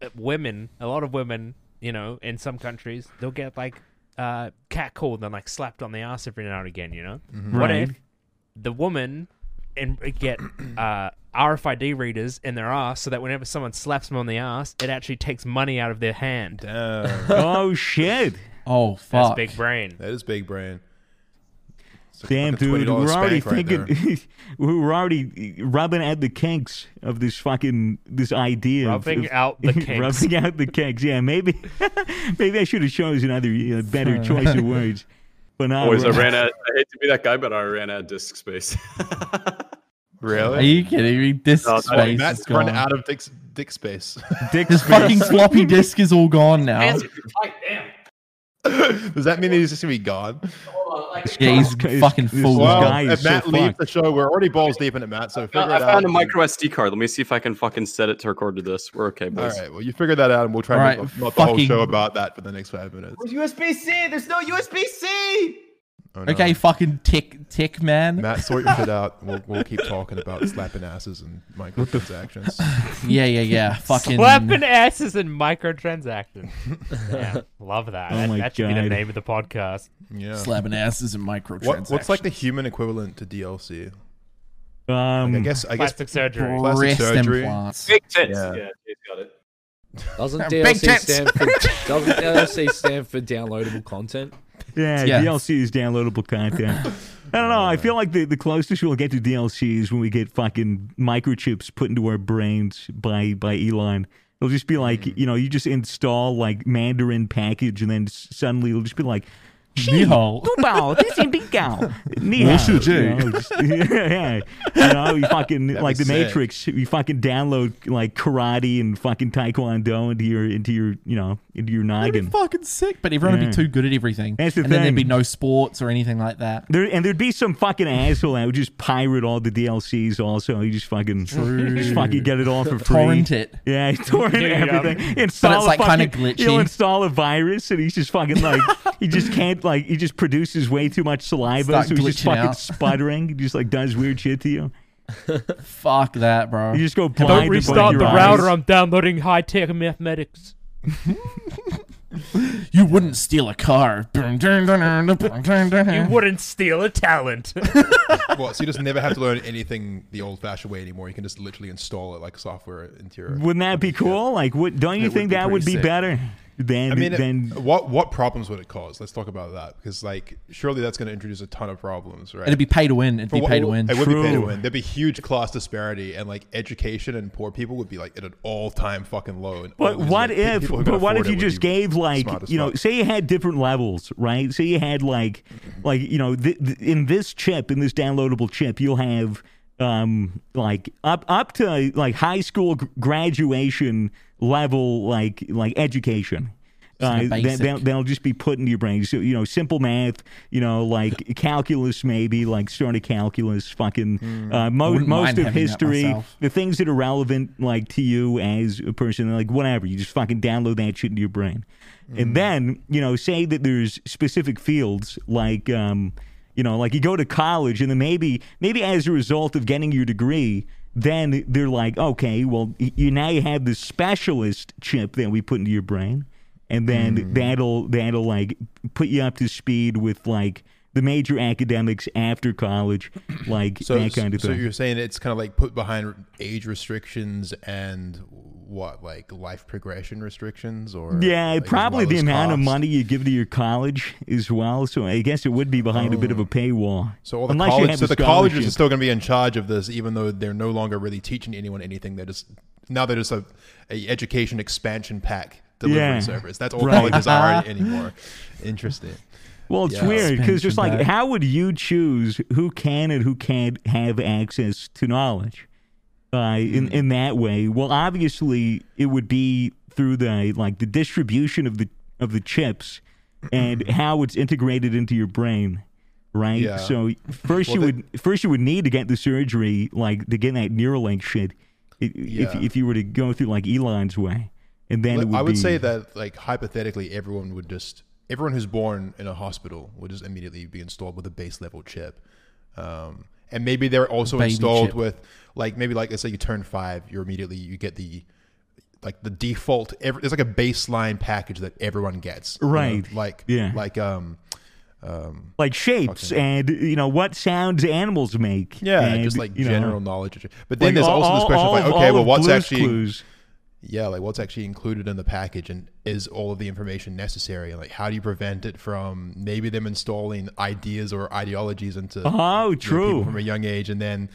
Speaker 5: Uh, Women, a lot of women, you know, in some countries, they'll get like uh, catcalled and like slapped on the ass every now and again. You know, what
Speaker 4: Mm-hmm. Right.
Speaker 5: if the woman and get uh, RFID readers in their ass so that whenever someone slaps them on the ass, it actually takes money out of their hand.
Speaker 1: Damn,
Speaker 4: Oh shit!
Speaker 2: Oh
Speaker 5: That's
Speaker 2: fuck!
Speaker 5: big brain.
Speaker 1: that is big brain. It's like a
Speaker 4: Damn,
Speaker 1: fucking $20
Speaker 4: dude, we're already
Speaker 1: spank right
Speaker 4: thinking,
Speaker 1: there.
Speaker 4: we were already rubbing at the kinks of this fucking this idea. of-
Speaker 5: Rubbing
Speaker 4: of,
Speaker 5: out the kinks.
Speaker 4: rubbing out the kinks. Yeah, maybe, maybe I should have chosen another uh, better choice of words. But uh, now,
Speaker 3: Boys, I ran out. I hate to be that guy, but I ran out of disk space.
Speaker 2: Are
Speaker 1: Really?
Speaker 2: you kidding me? Disk
Speaker 3: No, no,
Speaker 2: space
Speaker 1: Matt's
Speaker 2: is
Speaker 1: run
Speaker 2: gone.
Speaker 1: out of dick, dick space.
Speaker 2: this fucking floppy disk is all gone now.
Speaker 1: Does that mean he's just gonna be gone?
Speaker 2: Yeah, he's
Speaker 4: This-
Speaker 2: fucking
Speaker 4: this
Speaker 2: full.
Speaker 4: Well,
Speaker 1: Well,
Speaker 4: guy is
Speaker 1: if
Speaker 4: so
Speaker 1: Matt leaves
Speaker 4: fucked.
Speaker 1: the show, we're already balls deep into Matt, so figure
Speaker 3: I
Speaker 1: it out.
Speaker 3: found a micro SD card. Let me see if I can fucking set it to record to this. We're okay,
Speaker 1: All
Speaker 3: boys.
Speaker 1: right, well, you figure that out, and we'll try
Speaker 2: All
Speaker 1: to
Speaker 2: right,
Speaker 1: make not the whole
Speaker 2: fucking-
Speaker 1: show about that for the next five minutes. Oh, no.
Speaker 2: Okay, fucking tech tech man.
Speaker 1: Matt, sort your shit out. We'll, we'll keep talking about slapping asses and microtransactions.
Speaker 2: Yeah, yeah, yeah. fucking
Speaker 5: Slapping asses and microtransactions. yeah, love that.
Speaker 4: Oh
Speaker 5: that
Speaker 4: my
Speaker 5: that should be the
Speaker 4: God.
Speaker 5: name of the podcast.
Speaker 1: Yeah.
Speaker 2: slapping asses and microtransactions.
Speaker 1: What, what's like the human equivalent to DLC?
Speaker 4: um,
Speaker 1: Like, I guess. I guess.
Speaker 5: Plastic surgery.
Speaker 1: plastic
Speaker 2: Mm. breast
Speaker 1: surgery?
Speaker 2: implants?
Speaker 3: Big tits.
Speaker 1: Yeah.
Speaker 3: Yeah, he's got it.
Speaker 6: Doesn't
Speaker 2: Big
Speaker 6: DLC
Speaker 2: tits.
Speaker 6: stand for doesn't DLC stand for downloadable content?
Speaker 4: Yeah,
Speaker 2: Yes.
Speaker 4: DLC is downloadable content. I don't know. I feel like the, the closest we'll get to DLC is when we get fucking microchips put into our brains by by Elon. It'll just be like, you know, you just install like Mandarin package, and then s- suddenly it'll just be like,
Speaker 2: Ni hao.
Speaker 4: Dubai, this is big gal. Ni
Speaker 2: Wo
Speaker 4: hao,
Speaker 2: shi jie.
Speaker 4: you know, just- yeah, yeah. You know, you fucking
Speaker 1: That'd
Speaker 4: like
Speaker 1: be
Speaker 4: the
Speaker 1: sick.
Speaker 4: Matrix. You fucking download like karate and fucking taekwondo into your into your you know into your
Speaker 2: That'd
Speaker 4: noggin.
Speaker 2: be fucking sick, but everyone
Speaker 4: Yeah.
Speaker 1: Mm.
Speaker 2: would be too good at everything.
Speaker 4: That's the
Speaker 2: and then
Speaker 4: thing.
Speaker 2: there'd be no sports or anything like that.
Speaker 4: There, and there'd be some fucking asshole that would just pirate all the DLCs. Also, you just fucking, just fucking get it all for free.
Speaker 2: Torrent it.
Speaker 4: Yeah, he torrent
Speaker 5: Yeah, yeah.
Speaker 4: everything. Install
Speaker 2: But it's,
Speaker 4: a
Speaker 2: like, kinda
Speaker 4: fucking- He'll
Speaker 2: glitchy.
Speaker 4: install a virus, and he's just fucking like he just can't like he just produces way too much saliva,
Speaker 2: Start
Speaker 4: so he's just
Speaker 2: glitching
Speaker 4: fucking
Speaker 2: out.
Speaker 4: sputtering. He just like does weird shit to you.
Speaker 2: Fuck that, bro.
Speaker 4: You just go blind.
Speaker 5: Don't
Speaker 4: to both
Speaker 5: restart
Speaker 4: your
Speaker 5: the
Speaker 4: eyes.
Speaker 5: router. I'm downloading high tech mathematics.
Speaker 2: You wouldn't steal a car. You
Speaker 5: You wouldn't steal a talent.
Speaker 1: What? So you just never have to learn anything the old-fashioned way anymore. You can just literally install it like software into your.
Speaker 4: Wouldn't that be cool? Like, what? Don't you
Speaker 1: It would
Speaker 4: think
Speaker 1: be
Speaker 4: that would be
Speaker 1: pretty sick.
Speaker 4: better than
Speaker 1: I mean,
Speaker 4: than?
Speaker 1: what what problems would it cause? Let's talk about that because like surely that's going to introduce a ton of problems, right?
Speaker 2: It'd be pay to win. It'd
Speaker 1: But
Speaker 2: be
Speaker 1: what-
Speaker 2: pay to win.
Speaker 1: It would be pay to
Speaker 4: True.
Speaker 1: win. There'd be huge class disparity, and like education and poor people would be like at an all-time fucking low. And
Speaker 4: But
Speaker 1: always,
Speaker 4: what
Speaker 1: like,
Speaker 4: if?
Speaker 1: people who can
Speaker 4: But what
Speaker 1: afford it
Speaker 4: if you
Speaker 1: would
Speaker 4: just
Speaker 1: be
Speaker 4: gave like
Speaker 1: smart as
Speaker 4: you know,
Speaker 1: fuck.
Speaker 4: say you had different levels, right? Say you had like,
Speaker 1: Mm-hmm.
Speaker 4: like you know, th- th- in this chip, in this downloadable chip, you'll have um like up up to like high school gr- graduation level like like education. Uh,
Speaker 2: kinda
Speaker 4: that,
Speaker 2: basic.
Speaker 4: that, that'll just be put into your brain. So, you know, simple math, you know, like calculus, maybe, like sort of calculus, fucking uh, mo-
Speaker 2: Hmm. wouldn't
Speaker 4: most
Speaker 2: mind having
Speaker 4: of
Speaker 2: that
Speaker 4: history,
Speaker 2: myself.
Speaker 4: the things that are relevant like to you as a person like whatever you just fucking download that shit into your brain
Speaker 1: Mm.
Speaker 4: and then you know say that there's specific fields like um you know like you go to college and then maybe maybe as a result of getting your degree then they're like okay well y- you now you have this specialist chip that we put into your brain and then
Speaker 1: Mm.
Speaker 4: that'll that'll like put you up to speed with like the major academics after college like
Speaker 1: So,
Speaker 4: that kind of
Speaker 1: so
Speaker 4: thing
Speaker 1: you're saying it's kind of like put behind age restrictions and what, like life progression restrictions, or
Speaker 4: Yeah,
Speaker 1: like,
Speaker 4: probably
Speaker 1: as well
Speaker 4: the
Speaker 1: as
Speaker 4: amount of
Speaker 1: cost?
Speaker 4: money you give to your college as well. So I guess it would be behind a bit of a paywall.
Speaker 1: Oh. So all the
Speaker 4: Unless you
Speaker 1: college,
Speaker 4: have
Speaker 1: so
Speaker 4: a
Speaker 1: the colleges are
Speaker 4: scholarship.
Speaker 1: still going to be in charge of this, even though they're no longer really teaching anyone anything. They're just now they're just a, a education expansion pack delivery
Speaker 4: Yeah.
Speaker 1: service. That's all
Speaker 4: Right.
Speaker 1: colleges are anymore. Interesting.
Speaker 4: Well, it's
Speaker 1: Yeah.
Speaker 4: weird because
Speaker 2: Expansion
Speaker 4: just like,
Speaker 2: back.
Speaker 4: how would you choose who can and who can't have access to knowledge? Uh,
Speaker 1: Hmm.
Speaker 4: in in that way, well, obviously it would be through the like the distribution of the of the chips and how it's integrated into your brain, right?
Speaker 1: Yeah.
Speaker 4: So first
Speaker 1: Well,
Speaker 4: you
Speaker 1: the-
Speaker 4: would first you would need to get the surgery, like to get that Neuralink shit, i- if
Speaker 1: Yeah.
Speaker 4: if you were to go through like Elon's way, and then it would
Speaker 1: I would
Speaker 4: be-
Speaker 1: say that, like hypothetically, everyone would just everyone who's born in a hospital would just immediately be installed with a base level chip, um, and maybe they're also
Speaker 2: Baby
Speaker 1: installed
Speaker 2: chip.
Speaker 1: with like maybe like let's say you turn five, you're immediately you get the like the default. Every, there's like a baseline package that everyone gets, you know?
Speaker 4: Right.
Speaker 1: Like
Speaker 4: Yeah.
Speaker 1: like um
Speaker 4: like shapes and you know what sounds animals make.
Speaker 1: yeah,
Speaker 4: and,
Speaker 1: just like
Speaker 4: you know,
Speaker 1: general knowledge. But then
Speaker 4: like,
Speaker 1: there's
Speaker 4: all-
Speaker 1: also this question of
Speaker 4: all- all
Speaker 1: like,
Speaker 4: of-
Speaker 1: okay,
Speaker 4: all
Speaker 1: well,
Speaker 4: of
Speaker 1: what's
Speaker 4: Blue's
Speaker 1: actually
Speaker 4: Clues.
Speaker 1: yeah like what's actually included in the package and is all of the information necessary like how do you prevent it from maybe them installing ideas or ideologies into you know, people
Speaker 4: Oh, Uh-huh. true.
Speaker 1: from a young age and then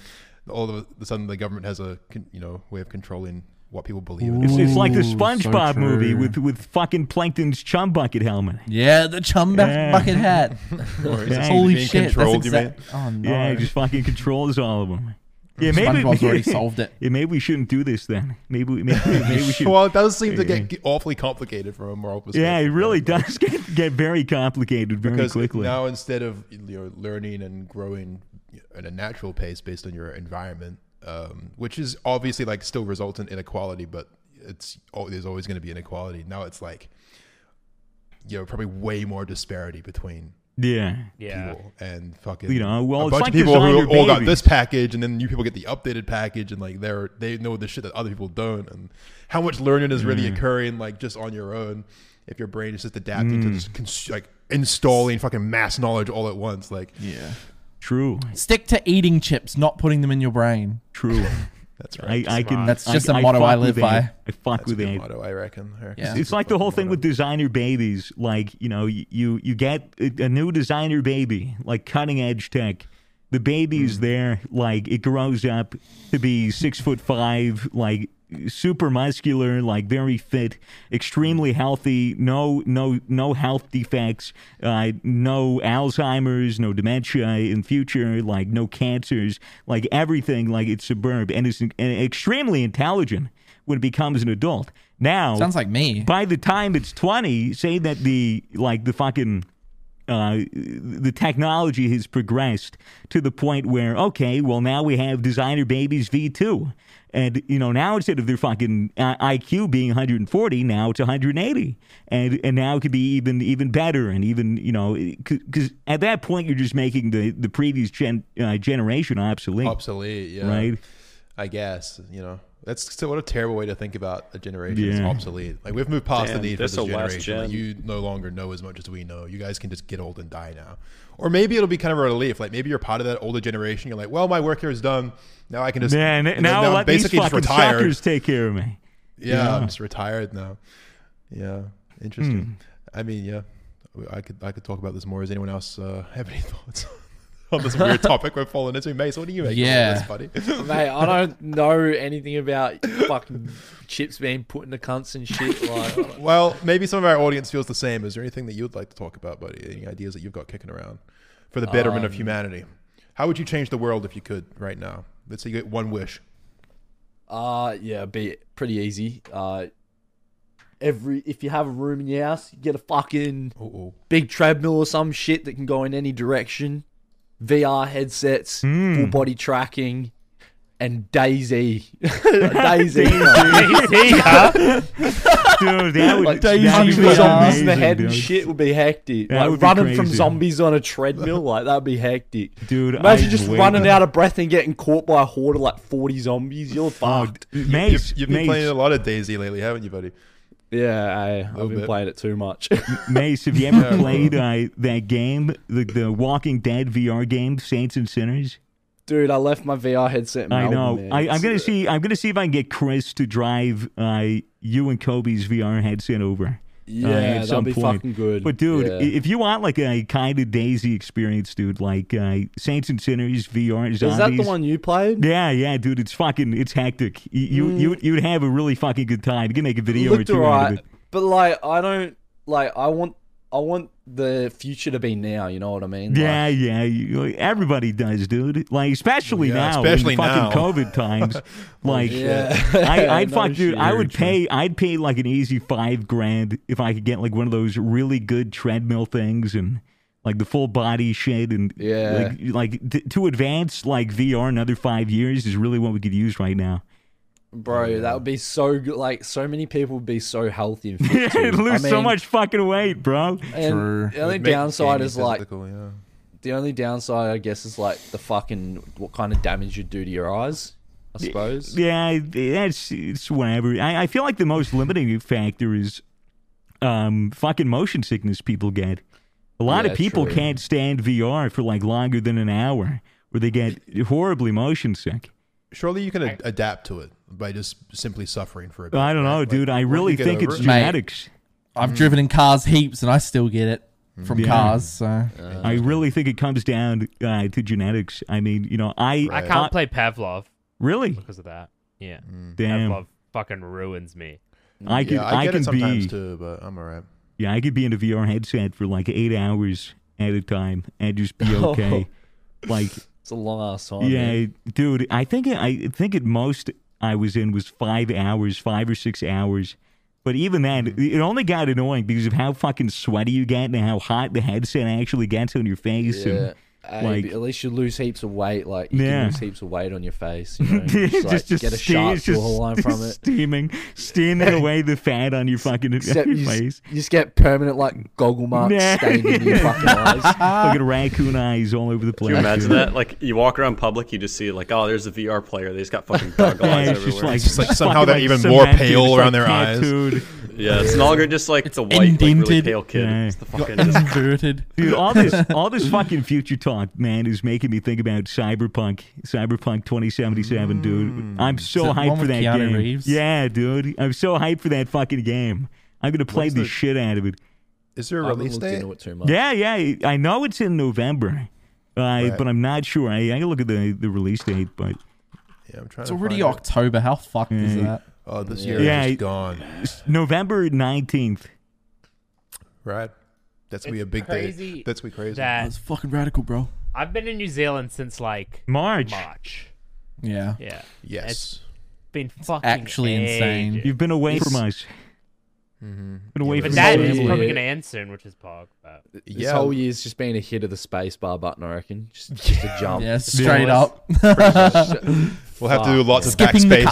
Speaker 1: all of a sudden the government has a con- you know way of controlling what people believe in.
Speaker 4: It's, it's like the
Speaker 2: Ooh, so
Speaker 4: SpongeBob movie
Speaker 2: true.
Speaker 4: with with fucking Plankton's chum bucket helmet.
Speaker 2: Yeah, the chum back
Speaker 4: Yeah.
Speaker 2: bucket hat.
Speaker 1: Or is it
Speaker 4: Dang.
Speaker 2: Holy
Speaker 1: being
Speaker 2: shit! That's
Speaker 1: controlled, you mean?
Speaker 2: exact- oh no.
Speaker 4: Yeah, he just fucking controls all of them. Yeah, maybe
Speaker 2: SpongeBob's already solved it.
Speaker 4: Yeah, maybe we shouldn't do this then. Maybe we, maybe, maybe we should.
Speaker 1: well it does seem to get g- awfully complicated from a moral perspective
Speaker 4: yeah, it really
Speaker 1: right?
Speaker 4: does get, get very complicated very
Speaker 1: because
Speaker 4: quickly.
Speaker 1: now instead of you know learning and growing at a natural pace based on your environment um, which is obviously like still results in inequality but it's oh, there's always going to be inequality now it's like you know probably way more disparity between
Speaker 4: yeah.
Speaker 5: yeah.
Speaker 1: people and fucking
Speaker 4: You know, well,
Speaker 1: a
Speaker 4: it's
Speaker 1: bunch
Speaker 4: like
Speaker 1: of people who
Speaker 4: designer
Speaker 1: all got
Speaker 4: babies.
Speaker 1: this package and then new people get the updated package and like they're they know the shit that other people don't and how much learning is
Speaker 4: Mm.
Speaker 1: really occurring like just on your own if your brain is just adapting
Speaker 4: Mm.
Speaker 1: to just cons- like installing fucking mass knowledge all at once like
Speaker 2: Yeah.
Speaker 4: True.
Speaker 2: Stick to eating chips, not putting them in your brain.
Speaker 4: True.
Speaker 1: that's
Speaker 4: I,
Speaker 1: right
Speaker 4: I can.
Speaker 2: That's
Speaker 4: I-
Speaker 2: just a
Speaker 4: I
Speaker 2: motto
Speaker 4: fuck
Speaker 2: I
Speaker 4: with
Speaker 2: live
Speaker 4: that.
Speaker 2: by.
Speaker 4: I fuck
Speaker 1: that's a
Speaker 4: with
Speaker 1: good
Speaker 4: that.
Speaker 1: motto i reckon I reckon
Speaker 2: Yeah.
Speaker 1: a
Speaker 4: It's like
Speaker 1: good
Speaker 4: the whole
Speaker 1: fucking
Speaker 4: thing with
Speaker 1: motto.
Speaker 4: designer babies. Like you know, you you, you get a a new designer baby, like cutting edge tech.
Speaker 2: Hmm.
Speaker 4: The baby's there, like it grows up to be six foot five, like super muscular, like very fit, extremely healthy, no no no health defects, uh, no Alzheimer's, no dementia in future, like no cancers, like everything, like it's superb and is and extremely intelligent when it becomes an adult. Now
Speaker 2: Sounds like me.
Speaker 4: by the time it's 20 say that the like the fucking uh, the technology has progressed to the point where okay well now we have designer babies v2 and you know now instead of their fucking uh, iq being 140 now it's 180 and and now it could be even even better and even you know because at that point you're just making the the previous gen uh, generation obsolete
Speaker 1: obsolete. Yeah,
Speaker 4: right
Speaker 1: I guess you know that's still, what a terrible way to think about a generation. It's
Speaker 4: Yeah.
Speaker 1: obsolete. Like we've moved past
Speaker 3: Damn,
Speaker 1: the need for
Speaker 3: that's
Speaker 1: this
Speaker 3: the last
Speaker 1: generation. Like,
Speaker 3: gen.
Speaker 1: you no longer know as much as we know. You guys can just get old and die now. Or maybe it'll be kind of a relief. Like maybe you're part of that older generation. You're like, well, my work here is done. Now I can just and
Speaker 4: man
Speaker 1: then
Speaker 4: now,
Speaker 1: I'm
Speaker 4: let these fucking suckers take care of me
Speaker 1: yeah, I'm just retired now. Yeah, interesting.
Speaker 4: Hmm.
Speaker 1: I mean, yeah, I could I could talk about this more. Does anyone else uh, have any thoughts on this weird topic we're falling into? Mace, what do you make
Speaker 2: Yeah.
Speaker 1: of all this, buddy?
Speaker 6: Mate, I don't know anything about fucking chips being put in the cunts and shit. Like, I don't-
Speaker 1: well, maybe some of our audience feels the same. Is there anything that you'd like to talk about, buddy? Any ideas that you've got kicking around for the betterment
Speaker 4: Um,
Speaker 1: of humanity? How would you change the world if you could right now? Let's say you get one wish.
Speaker 6: uh, yeah, be pretty easy. Uh, every if you have a room in your house, you get a fucking
Speaker 1: Oh, oh.
Speaker 6: big treadmill or some shit that can go in any direction, VR headsets,
Speaker 4: Hmm.
Speaker 6: full body tracking, and Daisy. Daisy.
Speaker 5: Daisy, huh?
Speaker 4: dude that would,
Speaker 6: Like,
Speaker 4: that
Speaker 2: Daisy
Speaker 4: would be
Speaker 2: was on
Speaker 6: zombies in
Speaker 4: amazing,
Speaker 6: the head and
Speaker 4: dude.
Speaker 6: shit would be hectic.
Speaker 4: That
Speaker 6: Like,
Speaker 4: would be
Speaker 6: running from
Speaker 4: crazy.
Speaker 6: zombies on a treadmill, like that'd be hectic.
Speaker 4: Dude,
Speaker 6: imagine
Speaker 4: I
Speaker 6: just
Speaker 4: wait.
Speaker 6: running out of breath and getting caught by a horde of like forty zombies. You're fucked.
Speaker 4: Mace,
Speaker 1: You've, you've been
Speaker 4: Mace,
Speaker 1: playing a lot of Daisy lately, haven't you, buddy?
Speaker 6: Yeah, I, I've been
Speaker 1: bit.
Speaker 6: playing it too much.
Speaker 4: Mace, have you ever played uh, that game, the, the Walking Dead VR game, Saints and Sinners?
Speaker 6: Dude, I left my VR headset. In
Speaker 4: I know.
Speaker 6: Melbourne, man.
Speaker 4: I, I'm
Speaker 6: It's-
Speaker 4: gonna see. I'm gonna see if I can get Chris to drive uh, you and Kobe's VR headset over.
Speaker 6: Yeah,
Speaker 4: uh,
Speaker 6: that'd
Speaker 4: at some
Speaker 6: be
Speaker 4: point.
Speaker 6: fucking good.
Speaker 4: But dude,
Speaker 6: Yeah.
Speaker 4: i- if you want like a kind of Daisy experience, dude, like uh, Saints and Sinners VR zombies.
Speaker 6: is that the one you played?
Speaker 4: Yeah, yeah, dude. It's fucking. It's hectic. You you you you'd have a really fucking good time. You can make a video or
Speaker 6: Mm. looked
Speaker 4: two out of
Speaker 6: alright,
Speaker 4: it.
Speaker 6: but like I don't like I want I want the future to be now. You know what I mean? Like,
Speaker 4: Yeah, yeah. you- like, everybody does, dude. Like, especially
Speaker 1: Yeah,
Speaker 4: now,
Speaker 1: especially
Speaker 4: in fucking
Speaker 1: now.
Speaker 4: COVID times. like,
Speaker 6: yeah.
Speaker 4: I, I'd
Speaker 6: No
Speaker 4: fuck, dude.
Speaker 6: shit.
Speaker 4: I would pay. I'd pay like an easy five grand if I could get like one of those really good treadmill things and like the full body shit and
Speaker 6: Yeah.
Speaker 4: like like t- to advance like VR another five years is really what we could use right now.
Speaker 6: bro, that would be so good. Like so many people would be so healthy and fit. too.
Speaker 4: It'd lose
Speaker 6: I
Speaker 4: so
Speaker 6: mean,
Speaker 4: much fucking weight, bro.
Speaker 6: And
Speaker 2: True.
Speaker 6: the only
Speaker 1: It'd make
Speaker 6: downside
Speaker 1: gaming
Speaker 6: is like
Speaker 1: physical, yeah.
Speaker 6: the only downside, I guess, is like the fucking what kind of damage you do to your eyes. I suppose.
Speaker 4: Yeah, that's it's whatever. I, I feel like the most limiting factor is um fucking motion sickness people get. A lot
Speaker 6: Yeah,
Speaker 4: of people
Speaker 6: true.
Speaker 4: can't stand VR for like longer than an hour, where they get horribly motion sick.
Speaker 1: Surely you can a- adapt to it by just simply suffering for a bit.
Speaker 4: I don't
Speaker 1: right?
Speaker 4: know,
Speaker 1: Like,
Speaker 4: dude. I
Speaker 1: won't
Speaker 4: really
Speaker 1: you get
Speaker 4: think
Speaker 1: over
Speaker 4: it's
Speaker 1: it?
Speaker 2: Mate.
Speaker 4: genetics.
Speaker 2: I've driven in cars heaps and I still get it from
Speaker 4: Yeah.
Speaker 2: cars. So
Speaker 4: I really think it comes down uh, to genetics. I mean, you know, I
Speaker 5: I can't play Pavlov
Speaker 4: really
Speaker 1: Mm-hmm.
Speaker 5: because of that. Yeah,
Speaker 7: Mm.
Speaker 4: damn.
Speaker 5: Pavlov fucking ruins me.
Speaker 4: I can
Speaker 1: yeah, I, get
Speaker 4: can
Speaker 1: it sometimes
Speaker 4: be
Speaker 1: too, but I'm alright.
Speaker 4: yeah I could be in a VR headset for like eight hours at a time and just be okay.
Speaker 1: Oh.
Speaker 4: Like
Speaker 6: It's a long ass time.
Speaker 4: Yeah,
Speaker 6: man.
Speaker 4: dude. I think I think at most I was in was five hours, five or six hours. But even then,
Speaker 6: Mm-hmm.
Speaker 4: it only got annoying because of how fucking sweaty you get and how hot the headset actually gets on your face.
Speaker 6: Yeah.
Speaker 4: and-
Speaker 6: Hey,
Speaker 4: like-
Speaker 6: but at least you lose heaps of weight. Like you
Speaker 4: Yeah.
Speaker 6: can lose heaps of weight on your face. You know, and just,
Speaker 4: just,
Speaker 6: like,
Speaker 4: just
Speaker 6: get a
Speaker 4: steam-
Speaker 6: sharp
Speaker 4: it's just
Speaker 6: jaw line from it.
Speaker 4: steaming, steaming away the fat on your fucking
Speaker 6: Except
Speaker 4: your
Speaker 6: you, s-
Speaker 4: face.
Speaker 6: you just get permanent like goggle marks
Speaker 4: Nah.
Speaker 6: stained in your fucking eyes.
Speaker 4: Fucking raccoon eyes all over the place.
Speaker 3: Can you imagine
Speaker 4: dude.
Speaker 3: that? Like, you walk around public, you just see, like, oh, there's a VR player. They just got fucking goggle
Speaker 4: Yeah,
Speaker 3: eyes
Speaker 4: it's
Speaker 3: everywhere.
Speaker 4: just like,
Speaker 1: Just, like,
Speaker 4: fucking,
Speaker 1: somehow they're
Speaker 4: like,
Speaker 1: even more
Speaker 4: cemented,
Speaker 1: pale
Speaker 4: it's, like,
Speaker 1: around their eyes.
Speaker 4: tattooed.
Speaker 3: yeah, it's no longer just like the
Speaker 2: It's
Speaker 3: white, like, really
Speaker 2: indented.
Speaker 3: pale kid.
Speaker 4: Yeah.
Speaker 3: It's the fucking. just-
Speaker 2: inverted.
Speaker 4: Dude, all this all this fucking future talk, man, is making me think about Cyberpunk, Cyberpunk 2077, dude. I'm so
Speaker 2: Mm. Is that the
Speaker 4: hyped
Speaker 2: one
Speaker 4: for
Speaker 2: with
Speaker 4: that
Speaker 2: Keanu
Speaker 4: game.
Speaker 2: Reeves?
Speaker 4: Yeah, dude, I'm so hyped for that fucking game. I'm gonna play
Speaker 1: When's
Speaker 4: the,
Speaker 1: the-
Speaker 4: shit out of it.
Speaker 1: Is there
Speaker 6: I
Speaker 1: a
Speaker 6: haven't
Speaker 1: release
Speaker 6: looked
Speaker 1: date?
Speaker 6: into it too much.
Speaker 4: Yeah, yeah, I know it's in November, uh, but I'm not sure. I, I can look at the, the release date, but
Speaker 1: Yeah, I'm trying
Speaker 2: It's
Speaker 1: to
Speaker 2: already
Speaker 1: find it.
Speaker 2: October. How fucked is
Speaker 4: Yeah.
Speaker 2: that?
Speaker 1: Oh, this year
Speaker 4: Yeah,
Speaker 1: is
Speaker 4: I-
Speaker 1: just gone.
Speaker 4: November 19th.
Speaker 1: Right. That's gonna be
Speaker 5: It's
Speaker 1: a big day.
Speaker 5: crazy
Speaker 1: That's gonna be crazy.
Speaker 5: That
Speaker 2: That's fucking radical, bro.
Speaker 5: I've been in New Zealand since like
Speaker 4: March.
Speaker 5: March.
Speaker 2: Yeah.
Speaker 5: Yeah,
Speaker 1: yes.
Speaker 5: it's- been fucking
Speaker 2: actually insane.
Speaker 5: ages.
Speaker 4: You've been away
Speaker 6: It's-
Speaker 4: from us.
Speaker 2: Mm-hmm.
Speaker 4: Been away
Speaker 5: But
Speaker 4: from
Speaker 5: that
Speaker 4: your
Speaker 5: is
Speaker 4: family.
Speaker 5: probably going to end soon, which is pog. But
Speaker 6: This
Speaker 1: Yeah.
Speaker 6: whole year's just been a hit of the space bar button, I reckon. Just, just a jump.
Speaker 2: Yeah, straight
Speaker 6: Always.
Speaker 2: up.
Speaker 1: We'll have to do lots of
Speaker 2: Skipping the
Speaker 1: backspace.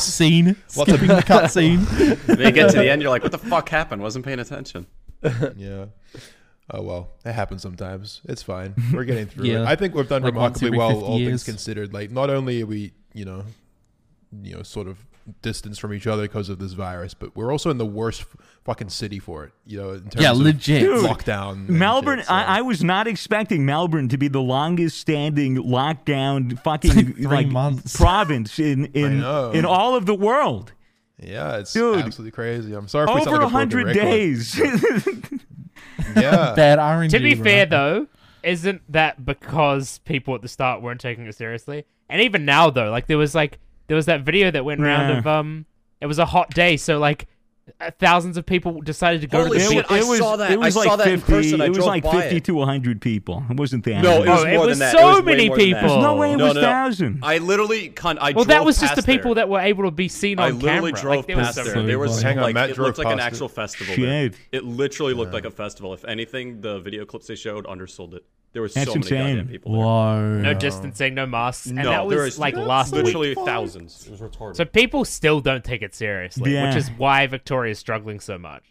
Speaker 1: Lots
Speaker 2: cutscene.
Speaker 1: of-
Speaker 2: Skipping the cutscene.
Speaker 3: Then you get to the end, you're like, what the fuck happened? Wasn't paying attention.
Speaker 1: yeah. Oh well, that happens sometimes. It's fine. We're getting through it.
Speaker 2: Yeah.
Speaker 1: I think we've done
Speaker 2: Like once
Speaker 1: remarkably
Speaker 2: every
Speaker 1: well,
Speaker 2: 50
Speaker 1: all
Speaker 2: years.
Speaker 1: things considered. Like, not only are we, you know, you know, sort of distance from each other because of this virus, but we're also in the worst f- fucking city for it. You know, in terms
Speaker 2: Yeah,
Speaker 1: of
Speaker 2: legit. Dude,
Speaker 1: lockdown. and shit,
Speaker 4: Melbourne,
Speaker 1: so-
Speaker 4: I, I was not expecting Melbourne to be the longest standing lockdown fucking
Speaker 2: Three
Speaker 4: like
Speaker 2: months.
Speaker 4: province in in,
Speaker 1: know.
Speaker 4: in all of the world.
Speaker 1: yeah, it's
Speaker 4: Dude.
Speaker 1: absolutely crazy. I'm sorry if we sound like
Speaker 4: Over a
Speaker 1: a broken
Speaker 4: hundred
Speaker 1: record.
Speaker 4: days.
Speaker 1: Yeah,
Speaker 2: Bad RNG.
Speaker 5: to be
Speaker 2: bro.
Speaker 5: fair, though, isn't that because people at the start weren't taking it seriously? And even now, though, like there was like there was that video that went round
Speaker 4: Yeah.
Speaker 5: of um, it was a hot day, so like uh, thousands of people decided to go
Speaker 4: It
Speaker 5: to the
Speaker 4: wa-
Speaker 5: beach.
Speaker 7: shit, I saw that.
Speaker 4: It
Speaker 7: I
Speaker 4: was
Speaker 7: saw
Speaker 4: like
Speaker 7: that in
Speaker 4: 50,
Speaker 7: person. I
Speaker 4: It was
Speaker 7: drove
Speaker 4: like
Speaker 7: by
Speaker 4: 50
Speaker 7: it.
Speaker 4: to 100 people. It wasn't that.
Speaker 7: No,
Speaker 4: many.
Speaker 7: it was
Speaker 5: Oh, it
Speaker 7: more
Speaker 5: was
Speaker 7: than that.
Speaker 5: so
Speaker 7: it was way
Speaker 5: many
Speaker 7: more than that.
Speaker 5: people.
Speaker 4: There's no way it
Speaker 7: No,
Speaker 4: was
Speaker 7: no, no.
Speaker 4: 1,000.
Speaker 7: I literally, con- I
Speaker 5: Well,
Speaker 7: drove
Speaker 5: that was just
Speaker 7: past
Speaker 5: the people
Speaker 7: there.
Speaker 5: that were able to be seen
Speaker 7: I
Speaker 5: on
Speaker 7: literally
Speaker 5: camera.
Speaker 7: drove
Speaker 5: like, there was
Speaker 7: past
Speaker 5: so
Speaker 7: there.
Speaker 5: many
Speaker 7: There was
Speaker 2: people.
Speaker 7: some,
Speaker 1: Hang on,
Speaker 7: like
Speaker 1: Matt
Speaker 7: it
Speaker 1: drove
Speaker 7: looked like an
Speaker 1: past
Speaker 7: actual festival.
Speaker 4: Shit.
Speaker 7: There. It literally looked like a festival. If anything, the video clips they showed undersold it. There were so
Speaker 4: That's
Speaker 7: many
Speaker 4: insane.
Speaker 7: goddamn people. there.
Speaker 2: Whoa.
Speaker 5: No distancing, no masks, and
Speaker 7: no,
Speaker 5: that
Speaker 7: there
Speaker 5: was
Speaker 7: is
Speaker 5: like last week.
Speaker 7: literally thousands. It was retarded.
Speaker 5: So people still don't take it seriously,
Speaker 4: Yeah.
Speaker 5: which is why Victoria's struggling so much.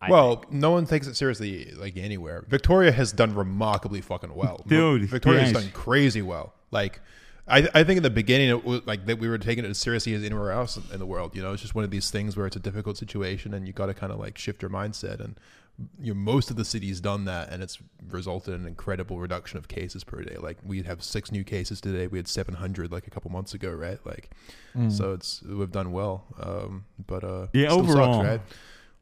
Speaker 5: I
Speaker 1: Well, no one takes it seriously like anywhere. Victoria has done remarkably fucking well,
Speaker 4: Dude,
Speaker 1: Victoria's
Speaker 4: yes.
Speaker 1: done crazy well. Like, I I think in the beginning it was like that we were taking it as seriously as anywhere else in the world. You know, it's just one of these things where it's a difficult situation and you got to kind of like shift your mindset. And you know, most of the city's done that, and it's resulted in an incredible reduction of cases per day. Like we have six new cases today. We had seven hundred like a couple months ago, right? Like, so it's we've done well. Um, but uh,
Speaker 4: Mm. Yeah,
Speaker 1: it still
Speaker 4: overall.
Speaker 1: sucks, right?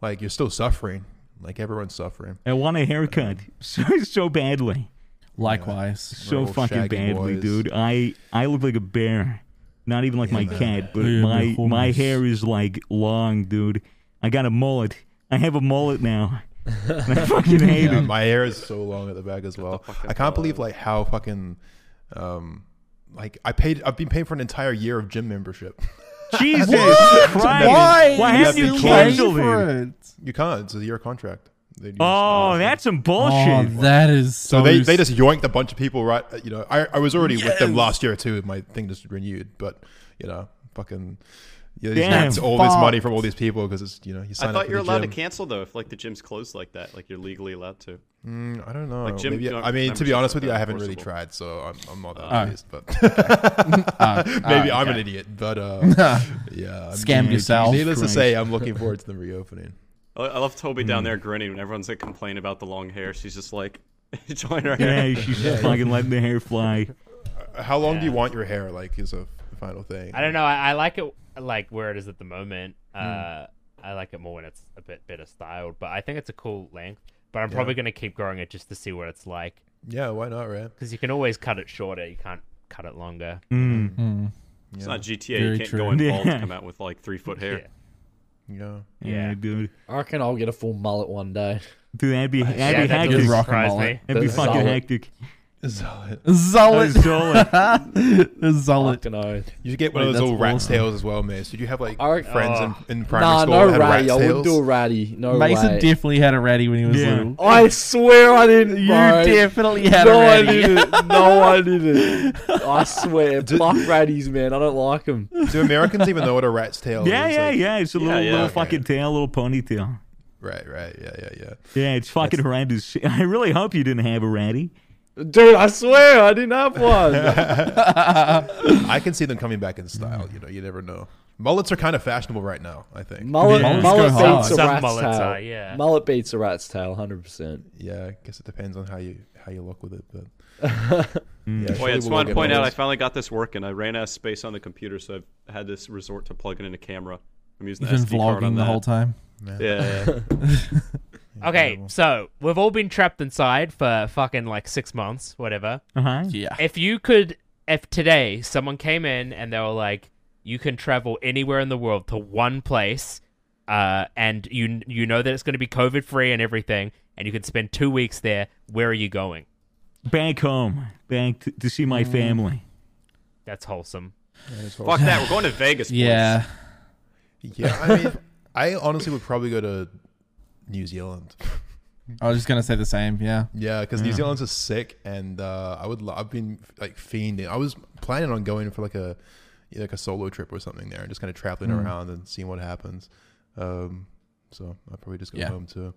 Speaker 1: like you're still suffering like everyone's suffering
Speaker 4: I want a haircut so, so badly.
Speaker 2: Likewise.
Speaker 4: So
Speaker 1: Little
Speaker 4: fucking
Speaker 1: shaggy
Speaker 4: badly,
Speaker 1: boys.
Speaker 4: dude. I I look like a bear. Not even like my cat, but
Speaker 2: Yeah,
Speaker 4: my
Speaker 2: they're
Speaker 4: my
Speaker 2: homeless.
Speaker 4: hair is like long, dude. I got a mullet. I have a mullet now. And I fucking hate
Speaker 1: yeah,
Speaker 4: it.
Speaker 1: my hair is so long at the back as well i can't believe like how fucking um like i paid i've been paying for an entire year of gym membership
Speaker 4: Jesus Christ!
Speaker 2: Why?
Speaker 4: Why
Speaker 2: You
Speaker 4: haven't you
Speaker 2: still
Speaker 4: canceled
Speaker 2: paying
Speaker 4: it?
Speaker 2: for it?
Speaker 1: you can't it's a year contract They just-
Speaker 4: Oh, that's some
Speaker 2: Oh,
Speaker 4: bullshit.
Speaker 2: that is so.
Speaker 1: so they,
Speaker 2: s-
Speaker 1: they just yoinked a bunch of people right Uh, you know i, I was already with them last year too my thing just renewed but you know fucking yeah, they just
Speaker 4: Damn.
Speaker 1: yanked all this money
Speaker 2: Fucked.
Speaker 1: from all these people because it's you know you sign
Speaker 3: I
Speaker 1: up
Speaker 3: thought
Speaker 1: for
Speaker 3: you were
Speaker 1: the
Speaker 3: allowed to
Speaker 1: gym.
Speaker 3: cancel though, if like the gym's closed like that, like you're legally allowed to.
Speaker 1: Mm, I don't know.
Speaker 3: Like gym
Speaker 1: Maybe-
Speaker 3: don't-
Speaker 1: I mean, to be
Speaker 3: memberships
Speaker 1: honest
Speaker 3: are
Speaker 1: with you, I
Speaker 3: very
Speaker 1: haven't really
Speaker 3: enforceable.
Speaker 1: tried, so I'm, I'm not that
Speaker 2: Oh.
Speaker 1: pleased. But maybe I'm an idiot. But uh, yeah, I'm
Speaker 2: Scammed yourself.
Speaker 1: Needless to
Speaker 4: Christ.
Speaker 1: say, I'm looking forward to them reopening.
Speaker 3: I I love Toby
Speaker 5: Hmm.
Speaker 3: down there grinning when everyone's like complaining about the long hair. She's just like enjoying her hair.
Speaker 4: Yeah, she's just fucking letting the hair fly.
Speaker 1: How long do you want your hair? Like, is a final thing.
Speaker 5: I don't know. I, I like it like where it is at the moment. Uh, I like it more when it's a bit better styled, but I think it's a cool length. But I'm probably going to keep growing it just to see what it's like
Speaker 1: Yeah, why not, right?
Speaker 5: because you can always cut it shorter. You can't cut it longer.
Speaker 4: Mm.
Speaker 3: It's not GTA.
Speaker 2: Very
Speaker 3: you can't
Speaker 2: true.
Speaker 3: go in bald
Speaker 4: Yeah.
Speaker 3: to come out with like three foot hair.
Speaker 5: Yeah.
Speaker 1: Yeah.
Speaker 4: Yeah, dude.
Speaker 6: I reckon I'll get a full mullet one day.
Speaker 4: Dude, that'd be that'd
Speaker 5: Yeah,
Speaker 4: be
Speaker 5: that
Speaker 4: hectic.
Speaker 5: doesn't
Speaker 2: Rock and
Speaker 5: surprise
Speaker 2: roll
Speaker 5: me.
Speaker 2: it.
Speaker 4: That'd be
Speaker 6: That's
Speaker 4: fucking
Speaker 6: solid.
Speaker 4: hectic.
Speaker 1: Solid.
Speaker 2: Solid.
Speaker 4: Solid.
Speaker 2: Solid.
Speaker 6: Fucking know.
Speaker 1: You get one
Speaker 2: Wait,
Speaker 1: of those
Speaker 2: that's
Speaker 1: little rat's
Speaker 2: awesome.
Speaker 1: tails as well, Mace. Did you have like
Speaker 6: I-
Speaker 1: friends
Speaker 5: Oh.
Speaker 1: in, in primary
Speaker 6: Nah,
Speaker 1: school
Speaker 6: no
Speaker 1: that had
Speaker 6: ratty. I
Speaker 1: rat's tails?
Speaker 6: wouldn't do a ratty. No
Speaker 2: Mason
Speaker 6: way.
Speaker 2: definitely had a ratty when he was
Speaker 4: Yeah.
Speaker 2: little.
Speaker 6: I swear I didn't.
Speaker 2: You
Speaker 6: bro.
Speaker 2: definitely had
Speaker 6: no,
Speaker 2: a
Speaker 6: I
Speaker 2: ratty.
Speaker 6: didn't. No, I didn't. I swear, fuck ratties, man. I don't like them.
Speaker 1: Do Americans even know what a rat's tail
Speaker 4: Yeah,
Speaker 1: is?
Speaker 4: yeah,
Speaker 1: Like-
Speaker 4: yeah. It's a little
Speaker 3: yeah,
Speaker 4: little
Speaker 1: okay.
Speaker 4: fucking tail, little ponytail.
Speaker 1: Right, right. Yeah, yeah, yeah.
Speaker 4: Yeah, it's fucking horrendous. I really hope you didn't have a ratty.
Speaker 6: Dude, I swear I didn't have one.
Speaker 1: I can see them coming back in style. You know, you never know. Mullets are kind of fashionable right now. I think.
Speaker 6: Mullet,
Speaker 2: Yeah.
Speaker 6: mullet
Speaker 2: Mullets go hard.
Speaker 6: beats a
Speaker 5: Some
Speaker 6: rat's
Speaker 5: mullets
Speaker 6: tail.
Speaker 5: are, yeah.
Speaker 6: Mullet beats a rat's tail, hundred percent.
Speaker 1: Yeah, I guess it depends on how you how you look with it, but.
Speaker 3: Oh yeah, I just want to point out I finally got this working. I ran out of space on the computer, so I've had this resort to plugging in a camera. I'm using
Speaker 2: He's
Speaker 3: the
Speaker 2: been
Speaker 3: SD card on
Speaker 2: vlogging the
Speaker 3: that.
Speaker 2: whole time.
Speaker 3: Yeah, yeah, yeah.
Speaker 5: Okay, so we've all been trapped inside for fucking like six months, whatever.
Speaker 4: Uh huh.
Speaker 2: Yeah.
Speaker 5: If you could, if today someone came in and they were like, you can travel anywhere in the world to one place, uh, and you you know that it's going to be COVID free and everything, and you can spend two weeks there. Where are you going?
Speaker 4: Back home, back t- to see my family.
Speaker 5: That's wholesome.
Speaker 7: Fuck that. We're going to Vegas. boys.
Speaker 2: Yeah.
Speaker 1: Yeah, I mean, I honestly would probably go to New Zealand.
Speaker 2: I was just gonna say the same. Yeah.
Speaker 1: Yeah, because
Speaker 4: Mm.
Speaker 1: New Zealand's is sick, and uh, I would. Lo- I've been like fiending. I was planning on going for like a yeah, like a solo trip or something there, and just kind of traveling
Speaker 4: Mm.
Speaker 1: around and seeing what happens. Um, so I'll probably just go
Speaker 2: Yeah.
Speaker 1: home too.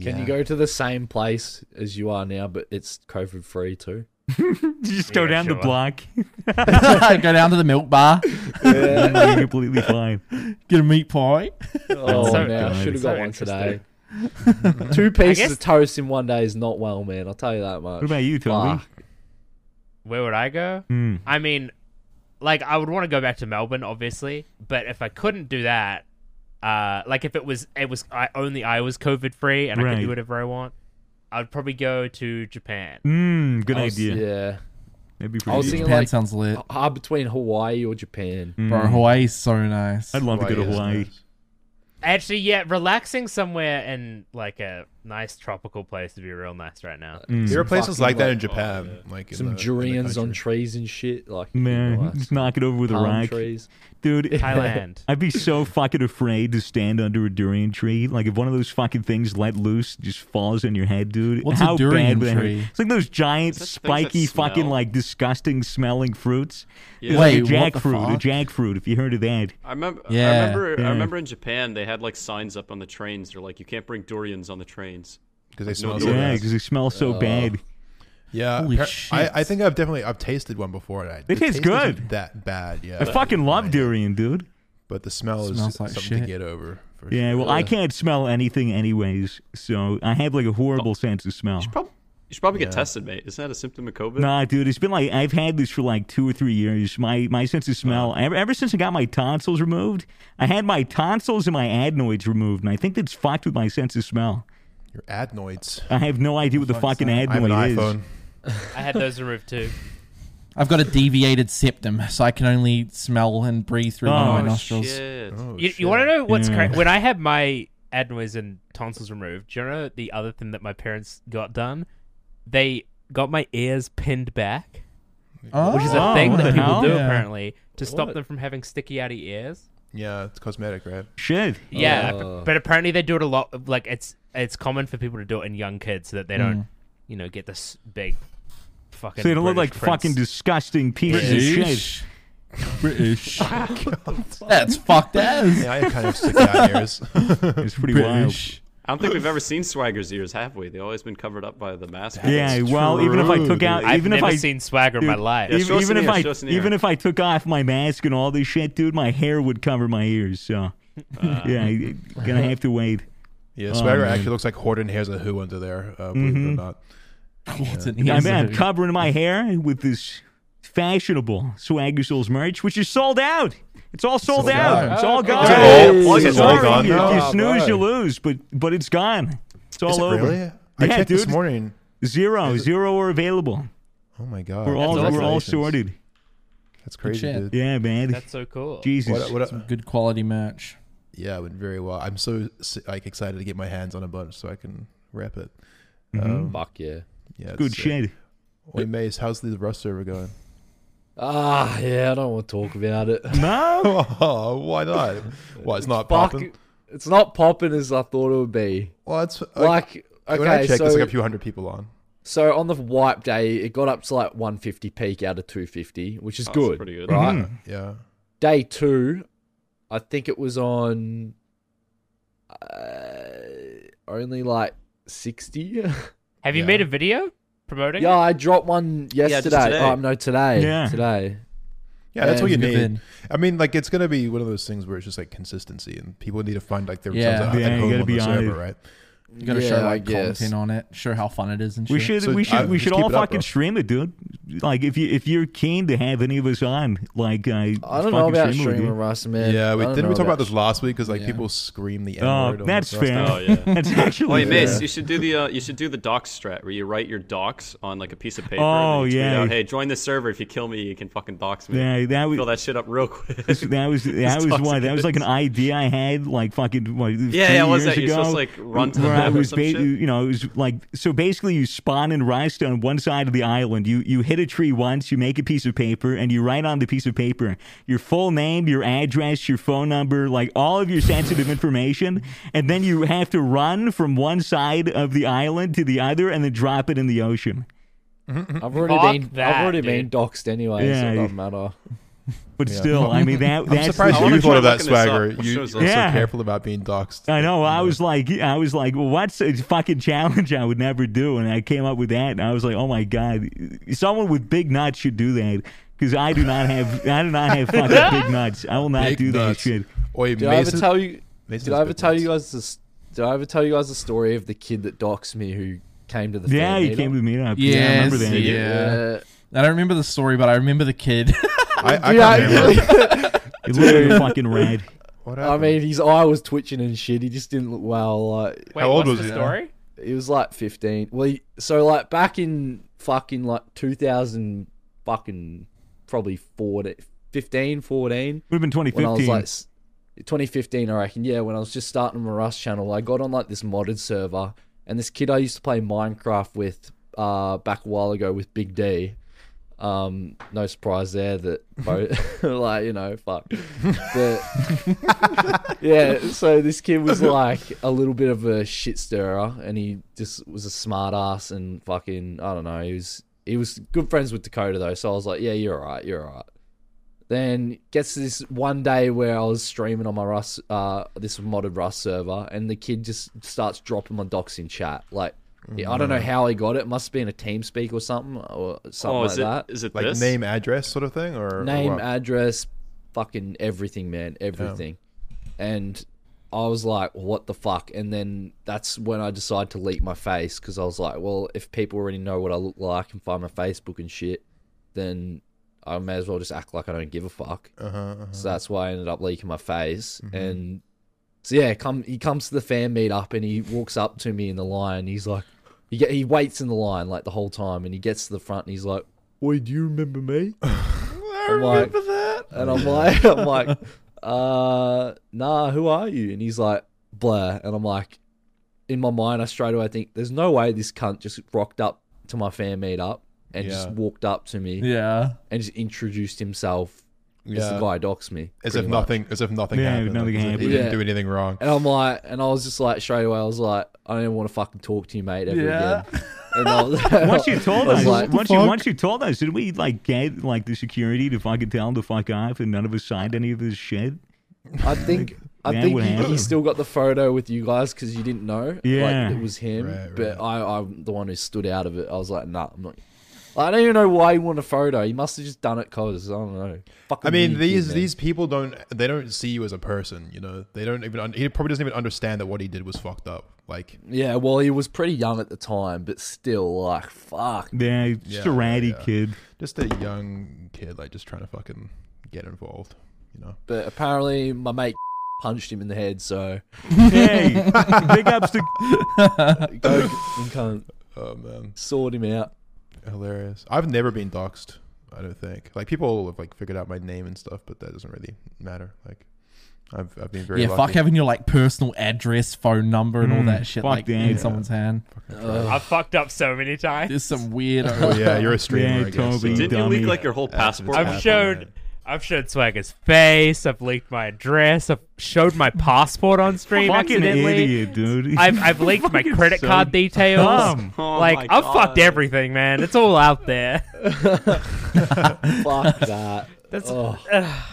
Speaker 6: Can you
Speaker 1: Yeah.
Speaker 6: go to the same place as you are now, but it's COVID free too?
Speaker 4: Just go
Speaker 5: Yeah,
Speaker 4: down
Speaker 5: sure.
Speaker 4: the block.
Speaker 2: Go down to the milk bar,
Speaker 4: You're completely fine.
Speaker 2: get a meat pie.
Speaker 6: Oh,
Speaker 5: so
Speaker 6: man, I
Speaker 5: good.
Speaker 6: should have
Speaker 5: So
Speaker 6: got one today.
Speaker 5: interesting.
Speaker 6: Two pieces
Speaker 5: guess-
Speaker 6: of toast in one day is not well, man. I'll tell you that much.
Speaker 4: What about you, Toby?
Speaker 6: Fuck.
Speaker 5: Where would I go?
Speaker 4: Hmm.
Speaker 5: I mean, like I would want to go back to Melbourne, obviously, but if I couldn't do that, uh, like if it was it was I only I was COVID free and I
Speaker 4: Right.
Speaker 5: could do whatever I want, I'd probably go to Japan.
Speaker 4: Mm, good
Speaker 6: I was-
Speaker 4: idea.
Speaker 6: Yeah.
Speaker 4: That'd be pretty. good.
Speaker 6: I was
Speaker 4: Hmm.
Speaker 6: thinking
Speaker 2: Japan
Speaker 6: like
Speaker 2: sounds lit,
Speaker 5: mm.
Speaker 6: hard between Hawaii or Japan.
Speaker 2: bro. Hawaii's so nice.
Speaker 4: I'd love to go to
Speaker 1: Hawaii is
Speaker 4: Hawaii.
Speaker 1: nice.
Speaker 5: Actually, yeah, relaxing somewhere in like a nice tropical place would be real nice right now.
Speaker 4: Mm.
Speaker 1: There are
Speaker 6: Some
Speaker 1: places
Speaker 6: fucking,
Speaker 1: like that
Speaker 6: like, uh,
Speaker 1: in Japan, like in
Speaker 6: Some
Speaker 1: the- in the
Speaker 6: durians on
Speaker 1: country.
Speaker 6: trees and shit. Like,
Speaker 4: Man,
Speaker 6: nice.
Speaker 4: just knock it over with a
Speaker 6: palm
Speaker 4: rock,
Speaker 6: trees.
Speaker 4: dude.
Speaker 5: Thailand.
Speaker 4: I'd be so fucking afraid to stand under a durian tree. Like if one of those fucking things let loose, just falls on your head, dude.
Speaker 2: What's a
Speaker 4: how
Speaker 2: durian
Speaker 4: bad would that hurt?
Speaker 2: tree?
Speaker 4: It's like those giant,
Speaker 7: Is that things that
Speaker 4: spiky, fucking
Speaker 7: smell?
Speaker 4: like disgusting smelling fruits.
Speaker 7: Yeah.
Speaker 4: It's like a
Speaker 2: Wait, what the
Speaker 4: jackfruit,
Speaker 2: fuck?
Speaker 4: a jackfruit. If you heard of that,
Speaker 7: I remember.
Speaker 2: Yeah.
Speaker 7: I remember.
Speaker 4: Yeah.
Speaker 7: I remember in Japan they had like signs up on the trains. They're like, you can't bring durians on the trains.
Speaker 1: because they
Speaker 7: No
Speaker 1: smell so
Speaker 7: durians.
Speaker 4: yeah,
Speaker 1: bad.
Speaker 4: because it smells so bad.
Speaker 1: Yeah,
Speaker 2: Holy
Speaker 1: appar-
Speaker 2: shit.
Speaker 1: I, I think I've definitely I've tasted one before. And I, the
Speaker 4: taste
Speaker 1: taste isn't
Speaker 4: good.
Speaker 1: That bad, yeah.
Speaker 4: I fucking love durian, dude.
Speaker 1: but the smell is
Speaker 2: Smells like
Speaker 1: something
Speaker 2: shit.
Speaker 1: to get over. For
Speaker 4: Yeah,
Speaker 1: sure.
Speaker 4: well, I can't smell anything, anyways. So I have like a horrible sense of smell.
Speaker 7: Probably, you should probably get tested, mate. Isn't that a symptom of COVID?
Speaker 4: Nah, dude, it's been like I've had this for like two or three years. My my sense of smell. Ever, ever since I got my tonsils removed, I had my tonsils and my adenoids removed, and I think that's fucked with my sense of smell.
Speaker 1: your adenoids.
Speaker 4: I have no idea what the fucking
Speaker 1: I have an
Speaker 4: adenoid is.
Speaker 1: iPhone.
Speaker 5: I had those removed too.
Speaker 2: I've got a deviated septum, so I can only smell and breathe through one
Speaker 4: Oh,
Speaker 2: of my nostrils.
Speaker 7: Shit.
Speaker 1: Oh,
Speaker 5: You,
Speaker 1: shit.
Speaker 5: you want to know what's
Speaker 4: Yeah.
Speaker 5: crazy? When I had my adenoids and tonsils removed, do you know the other thing that my parents got done? They got my ears pinned back,
Speaker 2: Oh,
Speaker 5: which is a
Speaker 4: Oh,
Speaker 5: thing
Speaker 4: what
Speaker 5: that
Speaker 4: the
Speaker 5: people
Speaker 4: hell?
Speaker 5: do
Speaker 2: Yeah.
Speaker 5: apparently to stop
Speaker 6: What?
Speaker 5: them from having sticky outy ears.
Speaker 1: Yeah, it's cosmetic, right?
Speaker 4: Shit.
Speaker 5: Yeah,
Speaker 6: Oh.
Speaker 5: but, but apparently they do it a lot. Like it's it's common for people to do it in young kids so that they don't, you know, get this big fucking.
Speaker 4: Mm. So they don't look like
Speaker 5: British prince.
Speaker 4: fucking disgusting pieces of shit.
Speaker 2: British. British. That's fucked as.
Speaker 1: Yeah, I have kind of stick out ears.
Speaker 4: It's pretty
Speaker 2: British.
Speaker 7: I don't think we've ever seen Swagger's ears, have we? They've always been covered up by the mask.
Speaker 4: wild. Yeah. Well, even if I
Speaker 1: true,
Speaker 4: took out,
Speaker 5: I've
Speaker 4: even if
Speaker 5: never
Speaker 4: I
Speaker 5: seen swagger in my
Speaker 4: dude,
Speaker 5: life.
Speaker 7: Yeah,
Speaker 4: Even,
Speaker 7: show us
Speaker 4: even
Speaker 7: an
Speaker 4: if
Speaker 7: ear,
Speaker 4: I
Speaker 7: show us an
Speaker 4: even
Speaker 7: ear.
Speaker 4: if I took off my mask and all this shit, dude, my hair would cover my ears. So yeah, I- gonna have to wait.
Speaker 1: Yeah, Swagger
Speaker 4: Oh, man. Mm-hmm.
Speaker 1: actually looks like Horton Here's a Who under there, uh, believe it or not.
Speaker 2: What's an
Speaker 4: I
Speaker 2: easy-
Speaker 4: mean, I'm covering my hair with this fashionable Swagger Souls merch, which is sold out. It's all sold,
Speaker 2: sold
Speaker 4: out.
Speaker 2: out.
Speaker 4: It's all gone.
Speaker 1: Is it all-
Speaker 4: Sorry,
Speaker 1: is it all gone
Speaker 4: you,
Speaker 1: now?
Speaker 4: you snooze,
Speaker 6: Alright.
Speaker 4: you lose, but but it's gone. It's all
Speaker 1: Is it
Speaker 4: over.
Speaker 1: really? I
Speaker 4: Yeah,
Speaker 1: checked this
Speaker 4: dude.
Speaker 1: morning.
Speaker 4: Zero, zero are available.
Speaker 1: Oh my god.
Speaker 4: We're all we're all
Speaker 1: Congratulations.
Speaker 4: sorted.
Speaker 1: That's crazy,
Speaker 2: shit.
Speaker 1: dude.
Speaker 4: Yeah, man.
Speaker 5: That's so cool.
Speaker 4: Jesus.
Speaker 1: What, what,
Speaker 2: Good quality merch.
Speaker 1: yeah, it went very well. I'm so s- like excited to get my hands on a bunch so I can wrap it. Um,
Speaker 6: Fuck yeah.
Speaker 1: yeah,
Speaker 4: Mm-hmm. Good
Speaker 1: it's sick.
Speaker 4: shit.
Speaker 1: Wait, Mace, how's the Rust server going?
Speaker 6: Ah, yeah, I don't want to talk about it.
Speaker 4: No.
Speaker 1: oh, why not? Well, it's not
Speaker 6: Fuck.
Speaker 1: popping.
Speaker 6: It's not popping as I thought it would be.
Speaker 1: Well, it's
Speaker 6: Like, okay,
Speaker 1: when I checked,
Speaker 6: so,
Speaker 1: there's like a few hundred people on.
Speaker 6: so on the wipe day, it got up to like 150 peak out of 250, which is
Speaker 7: Oh, that's
Speaker 6: good.
Speaker 7: pretty
Speaker 4: Mm-hmm.
Speaker 7: good.
Speaker 6: Right?
Speaker 1: Yeah,
Speaker 6: Day two, I think it was on uh, only like 60.
Speaker 5: Have you
Speaker 1: Yeah.
Speaker 5: made a video promoting?
Speaker 6: yeah, I dropped one
Speaker 7: just
Speaker 6: yesterday.
Speaker 7: today.
Speaker 6: Oh, no, today.
Speaker 4: Yeah.
Speaker 6: Today.
Speaker 1: yeah, that's what you
Speaker 2: Good
Speaker 1: need.
Speaker 2: vid.
Speaker 1: I mean, like it's gonna be one of those things where it's just like consistency, and people need to find like their
Speaker 2: Yeah.
Speaker 1: themselves at-
Speaker 4: Yeah,
Speaker 1: at
Speaker 4: you
Speaker 1: home
Speaker 4: gotta
Speaker 1: on
Speaker 4: be
Speaker 1: the
Speaker 4: on
Speaker 1: server,
Speaker 4: it.
Speaker 1: right?
Speaker 2: You gotta
Speaker 6: Yeah,
Speaker 2: show
Speaker 6: I
Speaker 2: like
Speaker 6: guess.
Speaker 2: content on it, show how fun it is and shit.
Speaker 4: We should,
Speaker 1: So,
Speaker 4: we should,
Speaker 1: uh,
Speaker 4: we
Speaker 1: just
Speaker 4: should
Speaker 1: keep
Speaker 4: all
Speaker 1: it up,
Speaker 4: fucking
Speaker 1: bro.
Speaker 4: stream it, dude. Like, if you if you're keen to have any of us on, like, uh,
Speaker 6: I don't know about streamer
Speaker 4: streaming.
Speaker 6: Russ, man.
Speaker 1: Yeah,
Speaker 6: I
Speaker 1: we
Speaker 6: don't
Speaker 1: didn't we
Speaker 6: know
Speaker 1: talk about this last week because like
Speaker 2: Yeah.
Speaker 1: people scream the N
Speaker 4: Oh,
Speaker 1: word.
Speaker 4: that's fair.
Speaker 7: Oh yeah.
Speaker 4: That's actually.
Speaker 7: Oh, you
Speaker 4: fair.
Speaker 7: miss. You should do the uh, you should do the docs strat where you write your docs on like a piece of paper.
Speaker 4: Oh,
Speaker 7: and then you tweet
Speaker 4: yeah.
Speaker 7: Out, hey, join the server. If you kill me, you can fucking dox me.
Speaker 4: Yeah, that was
Speaker 7: Fill that shit up real quick.
Speaker 4: that was that was
Speaker 7: toxic
Speaker 4: what that was like an idea I had like fucking what,
Speaker 7: Yeah,
Speaker 4: three
Speaker 7: yeah, what was
Speaker 4: years
Speaker 7: that? You're
Speaker 4: ago,
Speaker 7: supposed to, like, run to the
Speaker 4: where I
Speaker 7: map or
Speaker 4: was
Speaker 7: some shit?
Speaker 4: you know it was like so basically you spawn and rest on one side of the island you you hit a tree once you make a piece of paper and you write on the piece of paper your full name your address your phone number like all of your sensitive information and then you have to run from one side of the island to the other and then drop it in the ocean.
Speaker 6: that. I've already
Speaker 5: Fuck
Speaker 6: been,
Speaker 5: that,
Speaker 6: I've already
Speaker 5: dude.
Speaker 6: been doxed anyway, so
Speaker 4: Yeah,
Speaker 6: it
Speaker 4: you-
Speaker 6: doesn't matter.
Speaker 4: But still, I mean that
Speaker 1: I'm
Speaker 4: that's
Speaker 1: surprised
Speaker 7: I
Speaker 1: you
Speaker 7: wanna
Speaker 1: thought
Speaker 7: try
Speaker 1: of that
Speaker 7: looking this up.
Speaker 1: swagger.
Speaker 7: What
Speaker 1: You, are
Speaker 7: shows
Speaker 1: so
Speaker 4: up? Yeah.
Speaker 1: careful about being doxxed.
Speaker 4: I know. I was like, I was like, well, what's a fucking challenge I would never do? And I came up with that, and I was like, oh my god, someone with big nuts should do that because I do not have, I do not have fucking big nuts. I will not
Speaker 1: Big
Speaker 4: do that
Speaker 1: nuts.
Speaker 4: shit.
Speaker 1: Oi,
Speaker 6: Did I ever
Speaker 1: Mason.
Speaker 6: tell you?
Speaker 1: Mason
Speaker 6: Did
Speaker 1: has
Speaker 6: I ever
Speaker 1: big
Speaker 6: tell
Speaker 1: nuts.
Speaker 6: you guys this? Did I ever tell you guys the story of the kid that doxed me who came to the
Speaker 4: Yeah,
Speaker 6: fan
Speaker 4: you
Speaker 6: meetup?
Speaker 4: came with me up. yeah, I
Speaker 2: Yes,
Speaker 4: remember that.
Speaker 2: yeah. I don't remember the story, but I remember the kid.
Speaker 1: I, I
Speaker 6: Yeah,
Speaker 1: can't remember.
Speaker 4: It looked like fucking rad.
Speaker 1: What
Speaker 6: I
Speaker 1: happened?
Speaker 6: mean, his eye was twitching and shit. He just didn't look well. Like
Speaker 5: Wait,
Speaker 1: How old
Speaker 5: what's
Speaker 1: was
Speaker 5: the
Speaker 1: he?
Speaker 5: story?
Speaker 6: it was like fifteen. Well, he, so like back in fucking like two thousand fucking probably 14, 15, 14,
Speaker 4: Would have been
Speaker 6: when I was
Speaker 4: 2015.
Speaker 6: like s- 2015, I reckon. Yeah, when I was just starting my Rust channel, I got on like this modded server, and this kid I used to play Minecraft with uh, back a while ago with Big D. Um, no surprise there that, both, like, you know, fuck. But yeah, so this kid was like a little bit of a shit stirrer, and he just was a smart ass and fucking I don't know. He was he was good friends with Dakota though, so I was like, yeah, you're alright, you're alright. Then gets to this one day where I was streaming on my Rust, uh, this modded Rust server, and the kid just starts dropping my docs in chat. Like, I
Speaker 7: Mm.
Speaker 6: don't know how he got it. it must have been a team speak or something, or something
Speaker 7: oh,
Speaker 6: like
Speaker 7: is
Speaker 6: that.
Speaker 7: it is it
Speaker 1: like
Speaker 7: this?
Speaker 1: name, address, sort of thing, or or
Speaker 6: Name,
Speaker 1: what?
Speaker 6: address, fucking everything, man, everything.
Speaker 1: Oh.
Speaker 6: And I was like, what the fuck? And then that's when I decided to leak my face because I was like, well, if people already know what I look like and find my Facebook and shit, then I may as well just act like I don't give a fuck.
Speaker 1: Uh-huh, uh-huh. Mm-hmm.
Speaker 6: So that's why I ended up leaking my face. And so yeah, come he comes to the fan meet up and he walks up to me in the line. He's like, he get, he waits in the line like the whole time, and he gets to the front and he's like, "Wait, do you remember me?" I remember that. And I'm like, I'm like, uh, nah, who are you? And he's like, Blair. And I'm like, in my mind, I straight away think there's no way this cunt just rocked up to my fan meet up and just
Speaker 1: Yeah.
Speaker 6: walked up to me
Speaker 2: yeah.
Speaker 6: and just introduced himself as
Speaker 1: Yeah.
Speaker 6: the guy doxed me.
Speaker 1: As
Speaker 6: pretty
Speaker 1: if
Speaker 6: much.
Speaker 1: nothing, as if nothing
Speaker 4: Yeah,
Speaker 1: happened. like,
Speaker 4: nothing
Speaker 1: as if He
Speaker 4: happened.
Speaker 1: didn't
Speaker 6: Yeah.
Speaker 1: do anything wrong.
Speaker 6: And I'm like, and I was just like, straight away, I was like, I don't even want to fucking talk to you, mate, ever
Speaker 2: Yeah.
Speaker 6: again. And I was,
Speaker 4: once you told
Speaker 6: I was
Speaker 4: us,
Speaker 6: like,
Speaker 4: once you
Speaker 2: fuck?
Speaker 4: once you told us, did we like get like the security to fucking tell them to fuck off, and none of us signed any of this shit?
Speaker 6: I think, I
Speaker 4: That
Speaker 6: think
Speaker 4: would
Speaker 6: he,
Speaker 4: happen.
Speaker 6: he still got the photo with you guys because you didn't know,
Speaker 4: Yeah.
Speaker 6: like, it was him.
Speaker 1: Right,
Speaker 6: But I, I'm the one who stood out of it. I was like, nah, I'm not. I don't even know why he wanted a photo. He must have just done it because I don't know. Fucking
Speaker 1: I mean,
Speaker 6: weird kid,
Speaker 1: these
Speaker 6: man.
Speaker 1: these people don't they don't see you as a person. You know, they don't even. un- He probably doesn't even understand that what he did was fucked up. Like,
Speaker 6: Yeah, well, he was pretty young at the time, but still, like, fuck.
Speaker 4: Yeah, just a
Speaker 1: Yeah,
Speaker 4: ratty
Speaker 1: yeah.
Speaker 4: kid.
Speaker 1: just a young kid, like just trying to fucking get involved. You know.
Speaker 6: But apparently, my mate punched him in the head, so.
Speaker 4: Hey, big ups to
Speaker 6: Go, cunt.
Speaker 1: Oh man,
Speaker 6: Sort him out.
Speaker 1: hilarious! I've never been doxxed. I don't think. Like people have like figured out my name and stuff, but that doesn't really matter. Like, I've I've been very
Speaker 2: yeah,
Speaker 1: lucky.
Speaker 2: fuck having your like personal address, phone number, and all
Speaker 4: Mm,
Speaker 2: that shit
Speaker 4: fuck
Speaker 2: like
Speaker 4: that.
Speaker 2: in
Speaker 4: Yeah.
Speaker 2: someone's hand.
Speaker 5: I've fucked up so many times.
Speaker 2: There's some weird.
Speaker 1: Oh yeah, you're a streamer.
Speaker 4: Yeah,
Speaker 1: I guess,
Speaker 4: Toby.
Speaker 1: so-
Speaker 7: Didn't you
Speaker 4: Dummy.
Speaker 7: leak like your whole passport?
Speaker 5: I've
Speaker 1: happened,
Speaker 5: showed
Speaker 1: right?
Speaker 5: I've showed Swagger's face, I've leaked my address, I've showed my passport on stream
Speaker 4: fucking
Speaker 5: accidentally.
Speaker 4: idiot, dude.
Speaker 5: I've I've leaked my
Speaker 4: Fucking
Speaker 5: credit
Speaker 4: so
Speaker 5: card details.
Speaker 4: dumb.
Speaker 7: Oh
Speaker 5: like
Speaker 7: my
Speaker 5: I've fucked
Speaker 7: God.
Speaker 5: everything, man. It's all out there.
Speaker 6: Fuck that.
Speaker 5: That's
Speaker 6: Oh.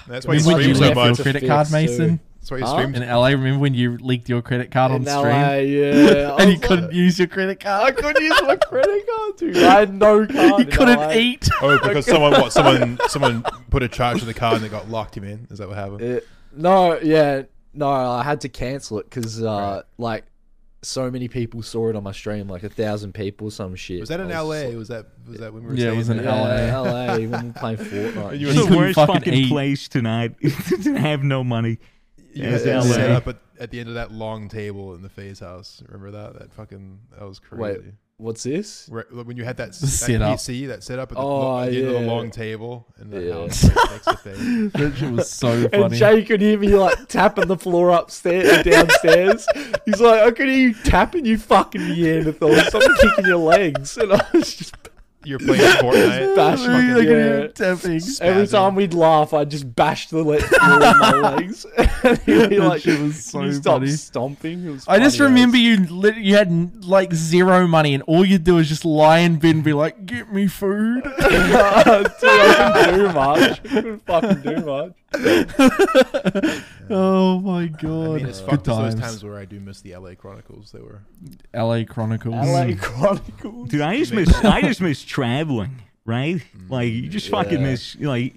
Speaker 1: That's why you
Speaker 2: Remember when
Speaker 1: stream
Speaker 2: you
Speaker 1: so
Speaker 2: left your
Speaker 1: much.
Speaker 2: credit card,
Speaker 6: Fix,
Speaker 2: Mason,
Speaker 1: That's why you
Speaker 6: Huh?
Speaker 1: stream.
Speaker 2: in LA? Remember when you leaked your credit card on
Speaker 6: In
Speaker 2: stream
Speaker 6: LA, yeah. Oh, I
Speaker 2: and you
Speaker 6: was
Speaker 2: couldn't use your credit card?
Speaker 6: like, I couldn't use my credit card, dude. I had no card.
Speaker 2: you
Speaker 6: in
Speaker 2: couldn't
Speaker 6: LA.
Speaker 2: eat.
Speaker 1: Oh, because someone what someone someone put a charge to the card and it got locked him in. Is that what happened?
Speaker 6: It- no, yeah, no. I had to cancel it because, uh, like, so many people saw it on my stream, like a thousand people, some shit.
Speaker 1: Was that in
Speaker 6: I
Speaker 1: LA?
Speaker 6: just
Speaker 1: was that was that when we were?
Speaker 2: Yeah, it
Speaker 1: staying
Speaker 2: was in
Speaker 1: there?
Speaker 6: Yeah, LA. when we were playing Fortnite.
Speaker 2: You
Speaker 4: It's the
Speaker 2: couldn't
Speaker 4: worst
Speaker 2: fucking
Speaker 4: fucking
Speaker 2: eat.
Speaker 4: place tonight to have no money.
Speaker 1: You
Speaker 4: It was
Speaker 1: guys
Speaker 4: LA.
Speaker 1: set up at, at the end of that long table in the Faye's house. Remember that? That fucking that was
Speaker 6: Wait.
Speaker 1: crazy.
Speaker 6: What's this?
Speaker 1: Where- when you had that, that
Speaker 2: Set up.
Speaker 1: PC that set up at the,
Speaker 6: Oh,
Speaker 1: lo- at the end of the
Speaker 6: yeah.
Speaker 1: long table in the
Speaker 6: Yeah.
Speaker 1: house right next to Faye.
Speaker 2: That shit was so
Speaker 6: And
Speaker 2: funny.
Speaker 6: Jay could hear me like tapping the floor upstairs, downstairs. He's like, I could hear you tapping, you fucking Neanderthal. Someone kicking your legs, and I was just
Speaker 1: You're playing Fortnite.
Speaker 6: bashing.
Speaker 2: Look at him
Speaker 6: yeah.
Speaker 2: tapping.
Speaker 6: Every
Speaker 1: spazzing.
Speaker 6: time we'd laugh, I just bashed the le- floor with my legs. He'd be
Speaker 2: That
Speaker 6: like,
Speaker 2: shit was
Speaker 6: "Can you
Speaker 2: so
Speaker 6: stop
Speaker 2: funny."
Speaker 6: stomping. It was
Speaker 2: I just
Speaker 6: funny as-
Speaker 2: remember you lit, you had n- like zero money, and all you'd do is just lie in bed and be like, "Get me food."
Speaker 6: Dude, I couldn't do much. I couldn't fucking do much.
Speaker 2: oh my
Speaker 1: I
Speaker 2: god!
Speaker 1: mean, it's
Speaker 2: Good
Speaker 1: fucked. It's
Speaker 2: times.
Speaker 1: those times where I do miss the LA Chronicles. They were
Speaker 2: LA Chronicles. Mm.
Speaker 6: LA Chronicles.
Speaker 4: Dude, I just miss I just miss traveling, right?
Speaker 3: Mm.
Speaker 4: Like you just fucking
Speaker 6: Yeah.
Speaker 4: miss like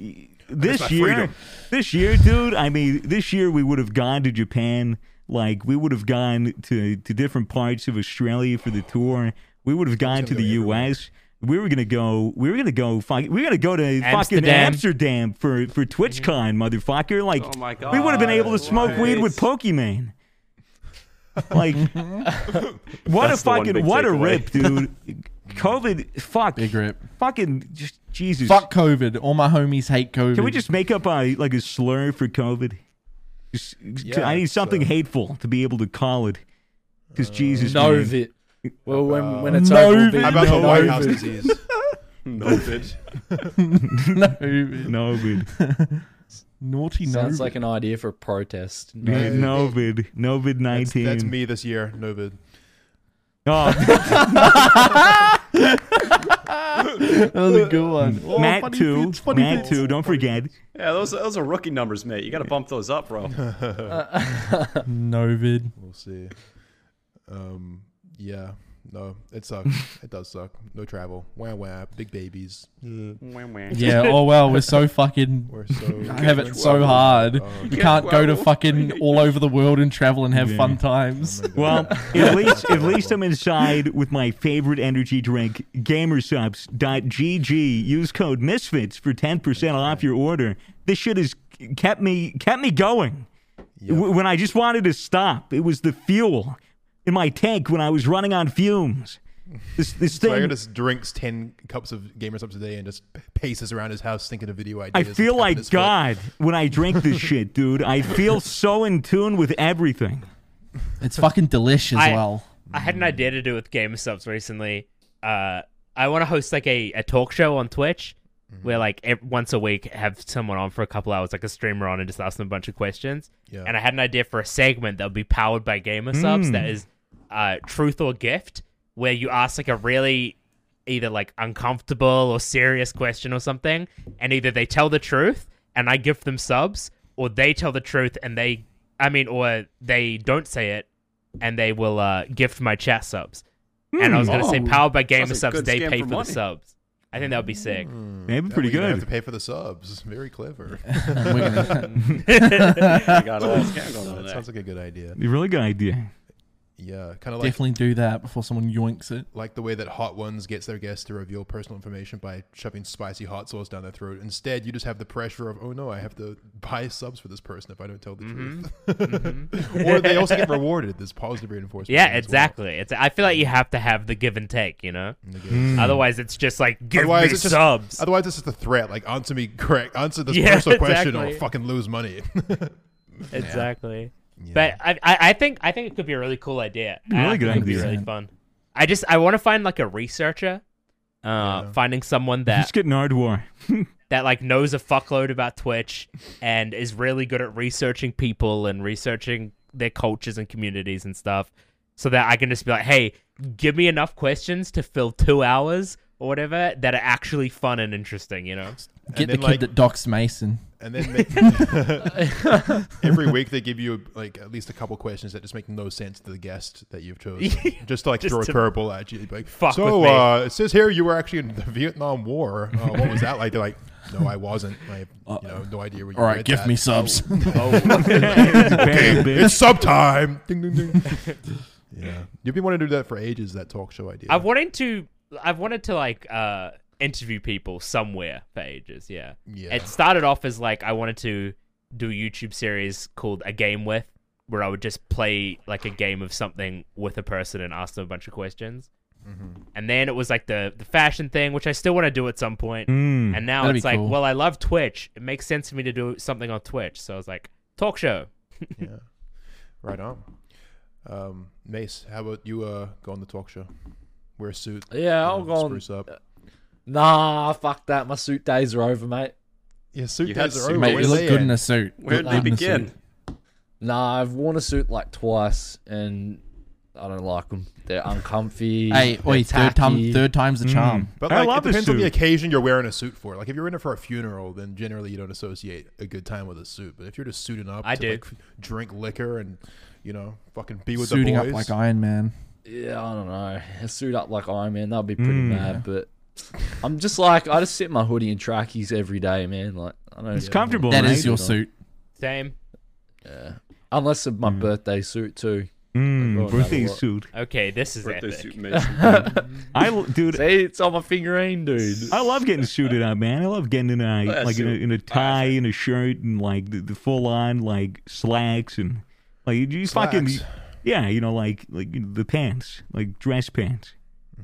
Speaker 4: this
Speaker 1: my
Speaker 4: year.
Speaker 1: freedom.
Speaker 4: This year, dude, I mean, this year we would have gone to Japan, like we would have gone to to different parts of Australia for the tour. We would have gone to the US. We were gonna go. We were gonna go. Fuck, we were gonna go to fucking
Speaker 5: Amsterdam.
Speaker 4: Amsterdam for for TwitchCon, motherfucker. Like,
Speaker 3: Oh my
Speaker 4: we would have been
Speaker 3: God,
Speaker 4: able to smoke weed with Pokimane. Like, what
Speaker 3: That's
Speaker 4: a
Speaker 3: the one
Speaker 4: fucking
Speaker 3: big
Speaker 4: what a
Speaker 3: takeaway.
Speaker 4: rip, dude. COVID, fuck,
Speaker 2: Big rip.
Speaker 4: fucking just Jesus.
Speaker 2: Fuck COVID. All my homies hate COVID.
Speaker 4: Can we just make up a like a slur for COVID? Just-
Speaker 1: Yeah,
Speaker 4: I need something
Speaker 1: so- Uh,
Speaker 4: hateful to be able to call it. Because Jesus, man.
Speaker 6: Novit. Well, when, when it's
Speaker 2: Uh,
Speaker 6: over, we'll be
Speaker 1: How about the White
Speaker 6: Novit.
Speaker 1: House disease?
Speaker 3: No, bitch.
Speaker 2: no
Speaker 4: Novid,
Speaker 2: naughty?
Speaker 6: Sounds
Speaker 2: no.
Speaker 6: like an idea for a protest. No.
Speaker 4: Dude, Novid, Novid
Speaker 1: That's,
Speaker 4: nineteen.
Speaker 1: that's me this year, Novid.
Speaker 4: Oh,
Speaker 2: that was a good one. Oh,
Speaker 4: Matt
Speaker 2: funny
Speaker 4: two,
Speaker 2: bits, funny
Speaker 4: Matt
Speaker 2: bits.
Speaker 4: two. Don't forget.
Speaker 3: Yeah, those those are rookie numbers, mate. You got to bump those up, bro.
Speaker 2: Novid.
Speaker 1: We'll see. Um, yeah, no, it sucks. it does suck. No travel. Wah wah. Big babies.
Speaker 2: Yeah. Oh well, we're so fucking.
Speaker 1: We're so.
Speaker 2: I have it so hard.
Speaker 1: Oh,
Speaker 2: We can't go to fucking all over the world and travel and have
Speaker 4: Yeah.
Speaker 2: fun times.
Speaker 1: my God.
Speaker 4: Well, at least at least I'm inside with my favorite energy drink, Gamersups.gg. Use code Misfits for ten percent off your order. This shit has kept me kept me going. W- When I just wanted to stop, it was the fuel in my tank when I was running on fumes. This this
Speaker 1: So I
Speaker 4: thing.
Speaker 1: just drinks ten cups of gamer subs a day and just paces around his house thinking of video
Speaker 4: I
Speaker 1: ideas. and
Speaker 4: feel
Speaker 1: tapping
Speaker 4: like
Speaker 1: his foot.
Speaker 4: God when I drink this shit, dude. I feel so in tune with everything.
Speaker 2: It's fucking delish as
Speaker 5: I-
Speaker 2: well.
Speaker 5: I had an idea to do with Game Subs recently. Uh, I want to host like a, a talk show on Twitch where like ev- once a week have someone on for a couple hours, like a streamer on, and just ask them a bunch of questions.
Speaker 1: Yeah.
Speaker 5: And I had an idea for a segment that would be powered by Gamer Subs that is uh, truth or gift, where you ask like a really either like uncomfortable or serious question or something, and either they tell the truth and I give them subs, or they tell the truth and they, I mean, or they don't say it and they will uh, gift my chat subs. and I was going to say, powered by Gamer
Speaker 3: Hmm. Oh, Sounds like a
Speaker 5: Subs,
Speaker 3: good
Speaker 5: they
Speaker 3: scam
Speaker 5: pay
Speaker 3: for
Speaker 5: for, the
Speaker 3: money.
Speaker 5: subs. I think that would be sick.
Speaker 4: Maybe
Speaker 1: Mm. That
Speaker 4: pretty
Speaker 1: way you don't
Speaker 4: good.
Speaker 1: Have to pay for the subs. Very clever.
Speaker 2: And we're gonna-
Speaker 3: You got
Speaker 7: uh,
Speaker 3: all this scam going on
Speaker 1: that
Speaker 3: there.
Speaker 1: sounds like a good idea.
Speaker 4: Really good idea.
Speaker 1: Yeah, kind of like
Speaker 2: definitely do that before someone yoinks it.
Speaker 1: like the way that Hot Ones gets their guests to reveal personal information by shoving spicy hot sauce down their throat. Instead, you just have the pressure of, oh no, I have to buy subs for this person if I don't tell the
Speaker 5: Mm-hmm.
Speaker 1: truth. or they also get rewarded. There's positive reinforcement. as
Speaker 5: Yeah,
Speaker 1: well.
Speaker 5: exactly. It's I feel like you have to have the give and take, you know.
Speaker 3: Hmm.
Speaker 5: Otherwise, it's just like give
Speaker 1: Otherwise,
Speaker 5: me
Speaker 1: it's just,
Speaker 5: subs.
Speaker 1: otherwise, it's just a threat. Like, answer me correct. Answer this
Speaker 5: Yeah,
Speaker 1: personal question, or
Speaker 5: exactly.
Speaker 1: I'll fucking lose money.
Speaker 5: exactly. But I, I, I think I think it could be a really cool idea.
Speaker 4: a really
Speaker 5: I
Speaker 4: good
Speaker 5: think it'd be
Speaker 4: idea.
Speaker 5: really fun. I just I want to find like a researcher, uh, finding someone that
Speaker 4: Just get Nardwar.
Speaker 5: that like knows a fuckload about Twitch and is really good at researching people and researching their cultures and communities and stuff, so that I can just be like, hey, give me enough questions to fill two hours or whatever that are actually fun and interesting, you know.
Speaker 1: and
Speaker 2: Get the
Speaker 1: then,
Speaker 2: kid
Speaker 1: like,
Speaker 2: that docks Mason.
Speaker 1: and then make- every week they give you like at least a couple questions that just make no sense to the guest that you've chosen, just to like
Speaker 5: Just
Speaker 1: throw
Speaker 5: to
Speaker 1: a curveball at you. Like,
Speaker 5: fuck
Speaker 1: so
Speaker 5: with me."
Speaker 1: uh, it says here you were actually in the Vietnam War. Uh, what was that like? They're like, no, I wasn't. I have,
Speaker 5: Uh,
Speaker 1: you know, no idea where you.
Speaker 2: All right,
Speaker 1: read
Speaker 2: give
Speaker 1: that."
Speaker 2: me subs.
Speaker 1: Oh,
Speaker 4: Bad bitch.
Speaker 1: it's sub time. Ding, ding, ding. Yeah, you've been wanting to do that for ages. That talk show idea.
Speaker 5: I've wanted to. I've wanted to like uh, interview people somewhere for ages. Yeah.
Speaker 1: Yeah.
Speaker 5: It started off as like I wanted to do a YouTube series called A Game With, where I would just play like a game of something with a person and ask them a bunch of questions.
Speaker 2: Mm-hmm.
Speaker 5: And then it was like the the fashion thing, which I still want to do at some point.
Speaker 4: Mm.
Speaker 5: And now
Speaker 2: Hmm. That'd
Speaker 5: it's
Speaker 2: be
Speaker 5: like,
Speaker 2: cool.
Speaker 5: well, I love Twitch. It makes sense for me to do something on Twitch. So I was like, talk show.
Speaker 1: yeah, right on. Um, Mace, how about you uh, go on the talk show? Wear a suit.
Speaker 6: Yeah, I'll
Speaker 1: uh,
Speaker 6: go on.
Speaker 1: Spruce up.
Speaker 6: Nah, fuck that. My suit days are over, mate.
Speaker 1: Yeah, suit
Speaker 7: You had
Speaker 1: days
Speaker 7: suit
Speaker 1: are over.
Speaker 2: Mate,
Speaker 1: Where's
Speaker 2: you look
Speaker 1: they
Speaker 2: good
Speaker 1: at?
Speaker 2: in a suit.
Speaker 7: Where'd
Speaker 2: Look
Speaker 7: they
Speaker 2: good in a suit.
Speaker 7: begin?
Speaker 6: Nah, I've worn a suit like twice, and I don't like them. They're uncomfy.
Speaker 2: Hey,
Speaker 6: they're
Speaker 2: oi, third time,
Speaker 6: tacky.
Speaker 2: third time's the charm.
Speaker 1: But
Speaker 4: I
Speaker 1: like,
Speaker 4: love
Speaker 1: it
Speaker 4: a
Speaker 1: depends on the
Speaker 4: suit.
Speaker 1: occasion you're wearing a suit for. Like, if you're in it for a funeral, then generally you don't associate a good time with a suit. But if you're just suiting up,
Speaker 5: I
Speaker 1: to
Speaker 5: do.
Speaker 1: like, f- drink liquor and you know fucking be with
Speaker 2: Suiting
Speaker 1: the
Speaker 2: up
Speaker 1: boys.
Speaker 2: like Iron Man.
Speaker 6: Yeah, I don't know. A suit up like Iron Man, that'd be pretty mad. But I'm just like, I just sit in my hoodie and trackies every day, man. Like, I don't.
Speaker 4: It's comfortable.
Speaker 2: That is
Speaker 4: right?
Speaker 2: your suit.
Speaker 5: Same.
Speaker 6: Unless of my birthday suit too.
Speaker 4: Mm,
Speaker 6: Oh,
Speaker 4: birthday
Speaker 6: that'll work.
Speaker 4: suit.
Speaker 5: Okay, this is
Speaker 7: Birthday
Speaker 5: epic.
Speaker 7: suit Mason.
Speaker 4: I l- dude.
Speaker 6: See, it's on my figurine, dude.
Speaker 4: I love getting suited up, man. I love getting in a
Speaker 7: Well,
Speaker 4: like in a,
Speaker 7: suit.
Speaker 4: in a tie and a shirt and like the, the full on like slacks and like you just fucking
Speaker 1: Slacks.
Speaker 4: yeah, you know like like you know, the pants like dress pants,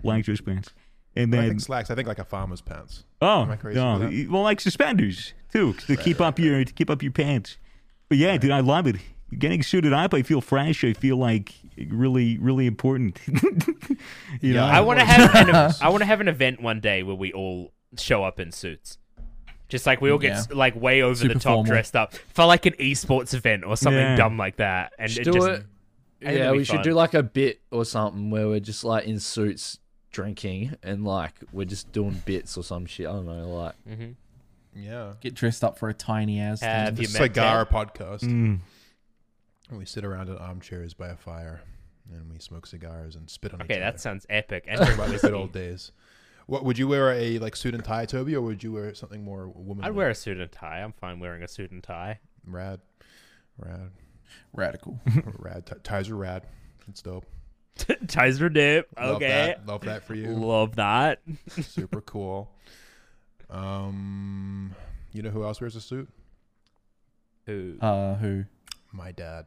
Speaker 4: black dress pants, and
Speaker 1: Mm-hmm. I don't
Speaker 4: then
Speaker 1: think slacks. I think like a farmer's pants.
Speaker 4: oh
Speaker 1: I crazy
Speaker 4: no,
Speaker 1: for that?
Speaker 4: well like suspenders too to keep up your to keep up your pants. But yeah, dude, I love it. Getting suited up, I feel fresh. I feel like really really important. you know,
Speaker 1: Yeah,
Speaker 5: I
Speaker 1: I'm
Speaker 5: want to
Speaker 1: always-
Speaker 5: have an, ev- I want to have an event one day where we all show up in suits. Just like we all get
Speaker 2: Yeah.
Speaker 5: s- like way over
Speaker 2: Super
Speaker 5: the top
Speaker 2: formal.
Speaker 5: dressed up for like an esports event or something
Speaker 4: Yeah.
Speaker 5: dumb like that, and
Speaker 6: Should
Speaker 5: it
Speaker 6: do
Speaker 5: just
Speaker 6: it.
Speaker 5: it'd
Speaker 6: Yeah,
Speaker 5: be
Speaker 6: we should
Speaker 5: fun.
Speaker 6: do like a bit or something where we're just like in suits drinking and like we're just doing bits or some shit. I don't know, like
Speaker 1: Yeah,
Speaker 2: Get dressed up for a tiny ass.
Speaker 5: have
Speaker 2: thing.
Speaker 5: you
Speaker 1: the
Speaker 5: met
Speaker 1: cigar
Speaker 5: Ted?
Speaker 1: podcast.
Speaker 4: Mm. Hmm.
Speaker 1: And we sit around in armchairs by a fire and we smoke cigars and spit on each
Speaker 5: Okay,
Speaker 1: other.
Speaker 5: that sounds epic. And
Speaker 1: about the good old days. What would you wear a like suit and tie, Toby, or would you wear something more womanly?
Speaker 5: I'd wear a suit and tie. I'm fine wearing a suit and tie.
Speaker 1: rad, rad,
Speaker 2: Radical.
Speaker 1: rad. T- ties are rad. It's dope.
Speaker 5: Ties are dope.
Speaker 1: Love
Speaker 5: Okay,
Speaker 1: that. Love that for you.
Speaker 5: love that.
Speaker 1: Super cool. Um, you know who else wears a suit?
Speaker 2: Uh, who?
Speaker 1: My dad.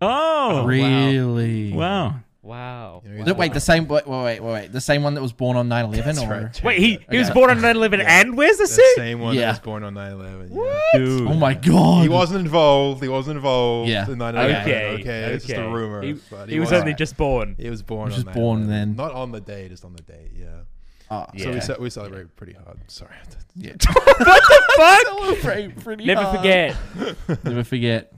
Speaker 4: oh
Speaker 2: really?
Speaker 4: wow.
Speaker 5: Wow.
Speaker 1: You know, he's
Speaker 2: Was it- wait,
Speaker 1: born-
Speaker 2: the same. Wait, wait, wait, wait, wait. The same one that was born on 9 11?
Speaker 1: That's
Speaker 2: or?
Speaker 1: right, Jack.
Speaker 5: Wait, he, he was
Speaker 2: Okay.
Speaker 5: born on 9/11 and wears a
Speaker 1: the
Speaker 5: suit.
Speaker 1: same one that
Speaker 2: Yeah.
Speaker 1: was born on 9/11. yeah.
Speaker 4: Dude.
Speaker 2: Oh my god.
Speaker 1: He wasn't involved. He wasn't involved.
Speaker 2: Yeah.
Speaker 1: In 9/11.
Speaker 5: Okay,
Speaker 1: Okay. It's just a
Speaker 5: okay.
Speaker 1: rumor.
Speaker 5: He,
Speaker 1: but
Speaker 5: he was only just born.
Speaker 1: He was born.
Speaker 2: He was
Speaker 1: on
Speaker 2: born
Speaker 1: 9/11.
Speaker 2: then.
Speaker 1: Not on the day. Just on the day. Yeah.
Speaker 2: Oh,
Speaker 1: So we
Speaker 5: Yeah.
Speaker 1: ce- we celebrate pretty hard. Sorry.
Speaker 2: yeah.
Speaker 5: Fuck!
Speaker 2: Celebrate pretty
Speaker 5: Never
Speaker 2: hard.
Speaker 5: forget.
Speaker 2: Never forget.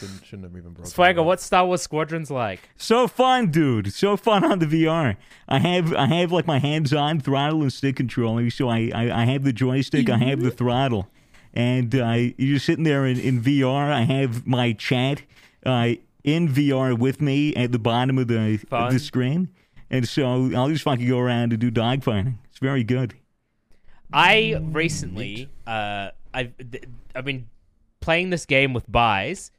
Speaker 1: Shouldn't, shouldn't have even brought. that
Speaker 5: Swagger,
Speaker 1: up.
Speaker 5: what's Star Wars Squadrons like?
Speaker 4: So fun, dude. So fun on the VR. I have I have like my hands on throttle and stick controller, so I, I, I have the joystick, I have the throttle. And uh, you're sitting there in, in VR. I have my chat uh, in VR with me at the bottom of the, of
Speaker 5: Fun.
Speaker 4: the screen. And so I'll just fucking go around and do dogfighting. It's very good.
Speaker 5: I recently, uh, I've th- I've been playing this game with buys,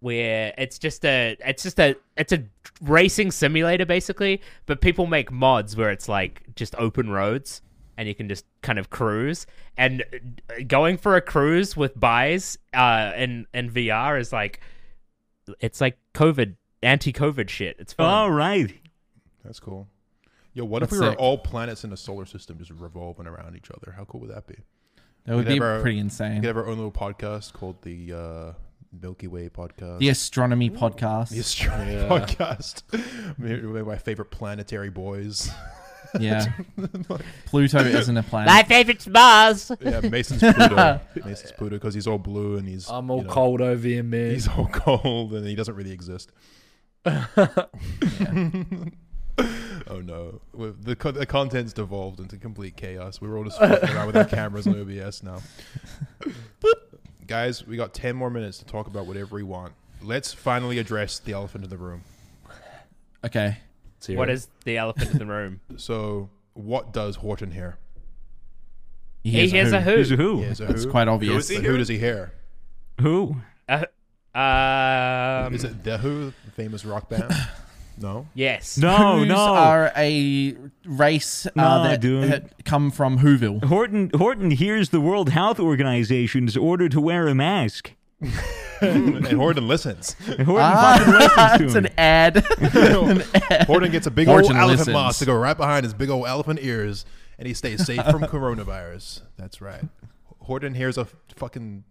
Speaker 5: where it's just a it's just a it's a racing simulator basically, but people make mods where it's like just open roads and you can just kind of cruise. And uh, going for a cruise with buys uh, in in VR is like it's like COVID anti-COVID shit. It's fun.
Speaker 4: All right.
Speaker 1: That's cool. Yo, what if
Speaker 2: That's
Speaker 1: we were
Speaker 2: sick.
Speaker 1: all planets in the solar system just revolving around each other? How cool would that be?
Speaker 2: That would
Speaker 1: Could
Speaker 2: be
Speaker 1: have our-
Speaker 2: pretty
Speaker 1: We
Speaker 2: insane.
Speaker 1: could have our own little podcast called the uh, Milky Way Podcast.
Speaker 2: The astronomy podcast.
Speaker 1: The Astronomy
Speaker 6: Yeah.
Speaker 1: Podcast. Maybe we're my favorite planetary boys.
Speaker 2: Yeah. Pluto isn't a planet.
Speaker 5: My favorite's Mars.
Speaker 1: yeah, Mason's Pluto. Mason's Pluto because he's all blue and he's
Speaker 6: I'm all
Speaker 1: you know,
Speaker 6: cold over here, man.
Speaker 1: He's all cold and he doesn't really exist. oh no! We're- The, co- the content's devolved into complete chaos. We're all just fucking around with our cameras and OBS now. Guys, we got ten more minutes to talk about whatever we want. Let's finally address the elephant in the room.
Speaker 2: Okay.
Speaker 5: What is the elephant in the room?
Speaker 1: So, what does Horton hear?
Speaker 5: He has a who.
Speaker 4: Who's a who?
Speaker 1: Yeah, so
Speaker 2: It's
Speaker 1: who?
Speaker 2: quite obvious.
Speaker 7: Who is
Speaker 1: But who does he hear?
Speaker 4: Who?
Speaker 5: Uh, um, Uh,
Speaker 1: Is it The Who, the famous rock band? No.
Speaker 5: Yes.
Speaker 4: No,
Speaker 2: Coos
Speaker 4: Oh, no.
Speaker 2: are a race uh,
Speaker 4: No,
Speaker 2: that
Speaker 4: dude.
Speaker 2: ha- come from Whoville.
Speaker 4: Horton Horton hears the World Health Organization's order to wear a mask.
Speaker 1: and Horton listens.
Speaker 4: And Horton
Speaker 1: Ah,
Speaker 4: fucking
Speaker 2: it's
Speaker 4: listens to
Speaker 2: an
Speaker 4: him.
Speaker 2: ad.
Speaker 1: Horton gets a big
Speaker 2: Horton
Speaker 1: old elephant
Speaker 2: listens.
Speaker 1: mask to go right behind his big old elephant ears, and he stays safe from coronavirus. That's right. Horton hears a fucking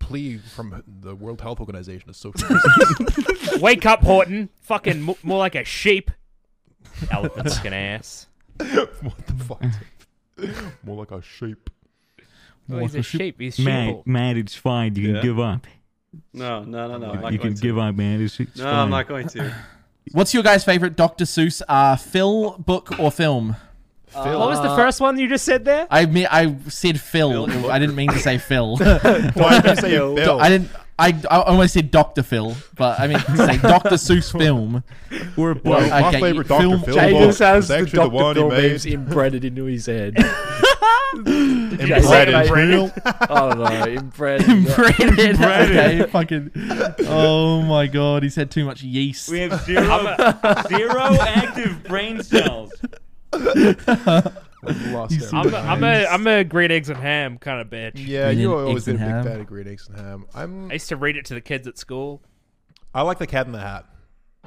Speaker 1: plea from the World Health Organization to social distancing.
Speaker 5: Wake up, Horton. Fucking mo- more like a sheep. Elephant's gonna ass.
Speaker 1: what the fuck? More like a sheep.
Speaker 5: Well, Oh, he's a sheep. He's
Speaker 4: Matt,
Speaker 5: sheeple.
Speaker 4: Matt, it's fine. You can
Speaker 3: Yeah.
Speaker 4: give up.
Speaker 3: No, no, no, no. I'm not
Speaker 4: you
Speaker 3: going
Speaker 4: can
Speaker 3: to.
Speaker 4: give up, man. It's, it's
Speaker 3: no,
Speaker 4: fine.
Speaker 3: I'm not going to.
Speaker 2: What's your guys' favorite Dr. Seuss uh, Phil book or film?
Speaker 1: Phil.
Speaker 5: What was the first one you just said there?
Speaker 2: I mean, I said Phil. I didn't mean to say Phil.
Speaker 1: Why did you say Phil?
Speaker 2: I didn't. I, I almost said Dr. Phil, but I mean, say Dr. Seuss film.
Speaker 4: We're
Speaker 1: Well,
Speaker 4: both.
Speaker 1: my
Speaker 2: okay,
Speaker 1: favorite
Speaker 2: film-
Speaker 1: Dr. Phil
Speaker 2: Jay
Speaker 1: book
Speaker 6: just has
Speaker 1: is actually the, one he made.
Speaker 6: embedded into his head.
Speaker 1: in
Speaker 6: Yeah,
Speaker 1: Bread
Speaker 6: yeah,
Speaker 1: and Real.
Speaker 6: I don't know. Inbred.
Speaker 2: Breaded.
Speaker 4: Breaded.
Speaker 2: Okay, fucking. Oh my god, he's had too much yeast.
Speaker 4: We have zero, zero active brain cells.
Speaker 1: Lost him.
Speaker 5: I'm a, I'm a I'm a green eggs and ham kind of bitch.
Speaker 1: Yeah,
Speaker 2: And then
Speaker 1: you always
Speaker 2: eggs and
Speaker 1: been a big
Speaker 2: ham.
Speaker 1: fan of green eggs and ham. I'm.
Speaker 5: I used to read it to the kids at school.
Speaker 1: I like the Cat in the Hat,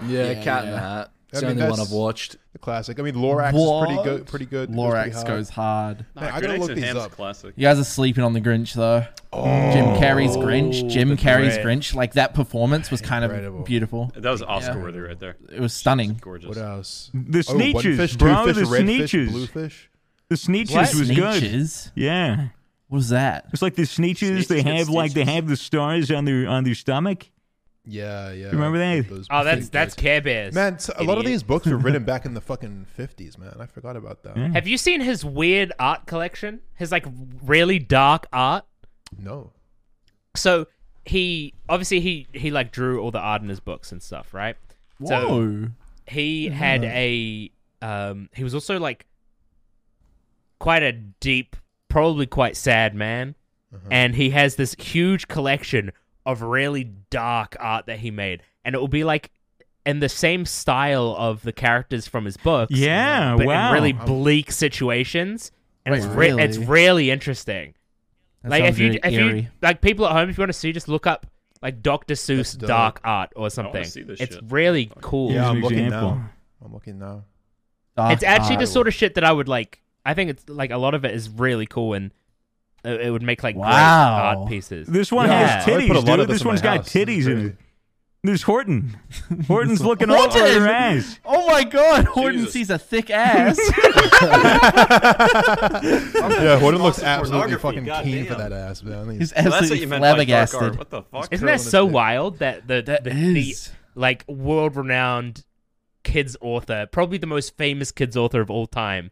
Speaker 6: Yeah, Cat in the Hat. It's the
Speaker 1: mean,
Speaker 6: only one
Speaker 1: that's-
Speaker 6: I've watched.
Speaker 1: the classic. I mean, Lorax is pretty
Speaker 2: What?
Speaker 1: good. Pretty good. It goes pretty
Speaker 2: Lorax
Speaker 1: hard.
Speaker 2: goes hard.
Speaker 1: Man, I gotta
Speaker 3: Grenades
Speaker 1: look
Speaker 3: and
Speaker 1: these
Speaker 3: Ham's
Speaker 1: up. Oh.
Speaker 3: Classic.
Speaker 2: You guys are sleeping on the Grinch though. Jim
Speaker 4: Oh,
Speaker 2: Carrey's Grinch. Jim Carrey's
Speaker 5: threat.
Speaker 2: Grinch. Like that performance was kind
Speaker 1: Incredible.
Speaker 2: of beautiful.
Speaker 3: That was Oscar worthy right there.
Speaker 2: It was stunning.
Speaker 3: Gorgeous.
Speaker 1: What else?
Speaker 4: The
Speaker 1: Oh, one
Speaker 4: Sneetches,
Speaker 1: fish, two
Speaker 4: bro,
Speaker 1: fish,
Speaker 4: the
Speaker 1: red fish,
Speaker 4: Sneetches.
Speaker 1: blue fish.
Speaker 4: The Sneeches
Speaker 5: What?
Speaker 4: was good.
Speaker 2: Sneeches.
Speaker 4: Yeah,
Speaker 2: What was that?
Speaker 4: it's like the Sneeches. They
Speaker 3: Sneetches,
Speaker 4: have like they
Speaker 3: Sneetches.
Speaker 4: have the stars on their on their stomach.
Speaker 1: Yeah, yeah.
Speaker 4: Remember that?
Speaker 1: Those
Speaker 5: Oh, that's
Speaker 1: big
Speaker 5: that's
Speaker 1: guys.
Speaker 5: Care Bears.
Speaker 1: man. s- A lot of
Speaker 5: Idiot.
Speaker 1: these books were written back in the fucking fifties, man. I forgot about that.
Speaker 4: Yeah.
Speaker 5: Have you seen his weird art collection? His like really dark art.
Speaker 1: No,
Speaker 5: So he obviously he he like drew all the art in his books and stuff, right? So
Speaker 2: Whoa. Mm-hmm.
Speaker 5: he had a um he was also like quite a deep, probably quite sad man,
Speaker 2: Mm-hmm.
Speaker 5: and he has this huge collection of really dark art that he made, and it will be like in the same style of the characters from his
Speaker 1: uh,
Speaker 5: books.
Speaker 4: Yeah,
Speaker 5: but
Speaker 4: wow.
Speaker 5: in really bleak situations, and
Speaker 2: Wait,
Speaker 5: it's re-
Speaker 2: really?
Speaker 5: it's really interesting.
Speaker 2: That
Speaker 5: like
Speaker 2: sounds
Speaker 5: if you
Speaker 2: very
Speaker 5: if you
Speaker 2: eerie.
Speaker 5: like people at home, if you want to see, just look up like Dr. Seuss
Speaker 1: dope.
Speaker 5: dark art or something.
Speaker 3: see this
Speaker 5: It's
Speaker 3: shit.
Speaker 5: really cool.
Speaker 1: Yeah,
Speaker 4: Here's
Speaker 1: I'm
Speaker 4: an
Speaker 1: looking
Speaker 4: example.
Speaker 1: now. I'm looking now.
Speaker 2: Dark
Speaker 5: It's actually
Speaker 2: art.
Speaker 5: the sort of shit that I would like. I think it's like a lot of it is really cool and uh, it would make like great
Speaker 2: Wow.
Speaker 5: art pieces.
Speaker 4: This one
Speaker 5: Yeah.
Speaker 4: has
Speaker 1: I would
Speaker 4: Oh, titties,
Speaker 1: put a lot
Speaker 4: dude.
Speaker 1: of this
Speaker 4: this
Speaker 1: in my
Speaker 4: one's got
Speaker 1: house. This is
Speaker 4: titties in
Speaker 1: crazy.
Speaker 4: it. There's Horton. Horton's looking all
Speaker 2: Horton!
Speaker 4: over her ass.
Speaker 2: Oh my god, Horton
Speaker 3: Jesus.
Speaker 2: sees a thick ass.
Speaker 1: Yeah, Horton looks absolutely
Speaker 3: pornography,
Speaker 1: fucking keen for
Speaker 3: goddamn.
Speaker 1: that ass, man. He's-
Speaker 2: He's
Speaker 3: Well, that's what
Speaker 2: absolutely
Speaker 3: you meant by dark
Speaker 2: flabbergasted.
Speaker 3: art. What the fuck?
Speaker 5: Isn't that
Speaker 1: curling
Speaker 5: so
Speaker 1: is big.
Speaker 5: wild that the the,
Speaker 2: That
Speaker 5: the, the
Speaker 2: is-
Speaker 5: like world renowned kids author, probably the most famous kids author of all time,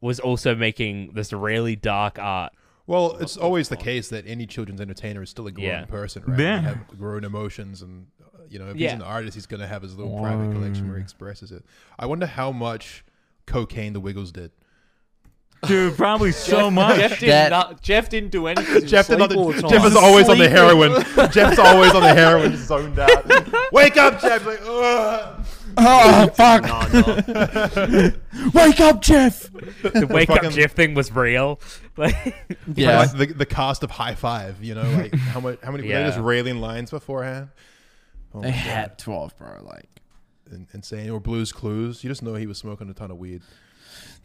Speaker 5: was also making this really dark art.
Speaker 1: well, it's always the case that any children's entertainer is still a grown
Speaker 5: Yeah.
Speaker 1: person, right?
Speaker 4: Yeah.
Speaker 1: They have grown emotions, and uh, you know, if he's
Speaker 5: Yeah.
Speaker 1: an artist, he's gonna have his little private collection where he expresses it. I wonder how much cocaine the Wiggles did.
Speaker 4: Dude, probably so much.
Speaker 6: Jeff
Speaker 2: That-
Speaker 6: didn't, not, Jeff didn't do anything.
Speaker 1: Jeff, did not,
Speaker 6: all the time.
Speaker 1: Jeff is always on the heroin. Jeff's always on the heroin, zoned out. Wake up, Jeff! Like, ugh.
Speaker 2: Oh fuck! Wake up, Jeff.
Speaker 5: The wake
Speaker 1: fucking-
Speaker 5: up Jeff thing was real. Like
Speaker 2: Yeah,
Speaker 1: Like the, the cost of High Five, you know, like how much, how many, were they
Speaker 5: Yeah.
Speaker 1: just railing lines beforehand? Oh
Speaker 2: they
Speaker 1: my
Speaker 2: had twelve, bro. Like
Speaker 1: God. In- insane. Or Blues Clues. You just know he was smoking a ton of weed.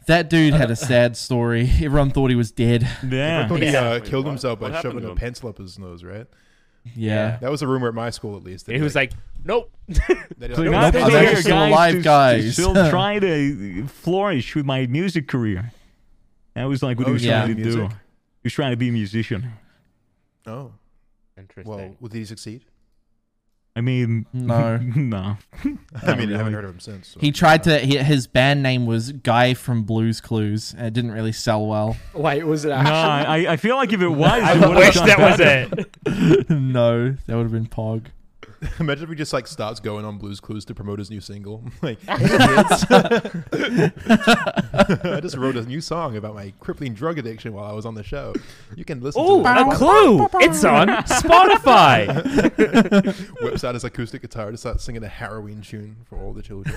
Speaker 2: that dude had a sad story. Everyone thought he was dead.
Speaker 1: I
Speaker 4: Yeah.
Speaker 1: thought he
Speaker 5: Yeah.
Speaker 1: uh, killed
Speaker 3: what-
Speaker 1: himself
Speaker 3: what
Speaker 1: by
Speaker 3: happened
Speaker 1: shoving
Speaker 3: to
Speaker 1: a
Speaker 3: him?
Speaker 1: pencil up his nose, right?
Speaker 2: Yeah.
Speaker 1: That was a rumor at my school, at least. that
Speaker 5: he was like, nope.
Speaker 1: that he,
Speaker 4: So
Speaker 1: like,
Speaker 4: you
Speaker 1: "Oh,
Speaker 4: know,
Speaker 2: Nope,
Speaker 4: I'm
Speaker 2: I'm
Speaker 4: here,
Speaker 2: actually
Speaker 4: guys,
Speaker 2: alive,
Speaker 4: to- to
Speaker 2: guys.
Speaker 4: Still try to flourish with my music career. That was like what
Speaker 1: Oh,
Speaker 4: he was
Speaker 2: yeah.
Speaker 4: trying to do.
Speaker 1: Music.
Speaker 4: He was trying to be a musician.
Speaker 1: oh,
Speaker 5: Interesting.
Speaker 1: well, well, did he succeed?
Speaker 4: I mean,
Speaker 2: No.
Speaker 4: no.
Speaker 1: I mean, I haven't
Speaker 4: really.
Speaker 1: heard of him since. so-
Speaker 2: He tried to. He, his band name was Guy from Blues Clues, and it didn't really sell well.
Speaker 6: Wait, was it
Speaker 4: No,
Speaker 6: actually?
Speaker 4: I, I feel like if it was,
Speaker 5: I
Speaker 4: it would've
Speaker 5: wish
Speaker 4: done
Speaker 5: that was
Speaker 4: better.
Speaker 5: it.
Speaker 2: no, that would have been Pog.
Speaker 1: Imagine if he just like starts going on Blues Clues to promote his new single. like, "Hey, kids. I just wrote a new song about my crippling drug addiction while I was on the show. You can listen
Speaker 5: Ooh,
Speaker 1: to it.
Speaker 5: a clue! It's on Spotify.
Speaker 1: Whips out his acoustic guitar to start singing a harrowing tune for all the children.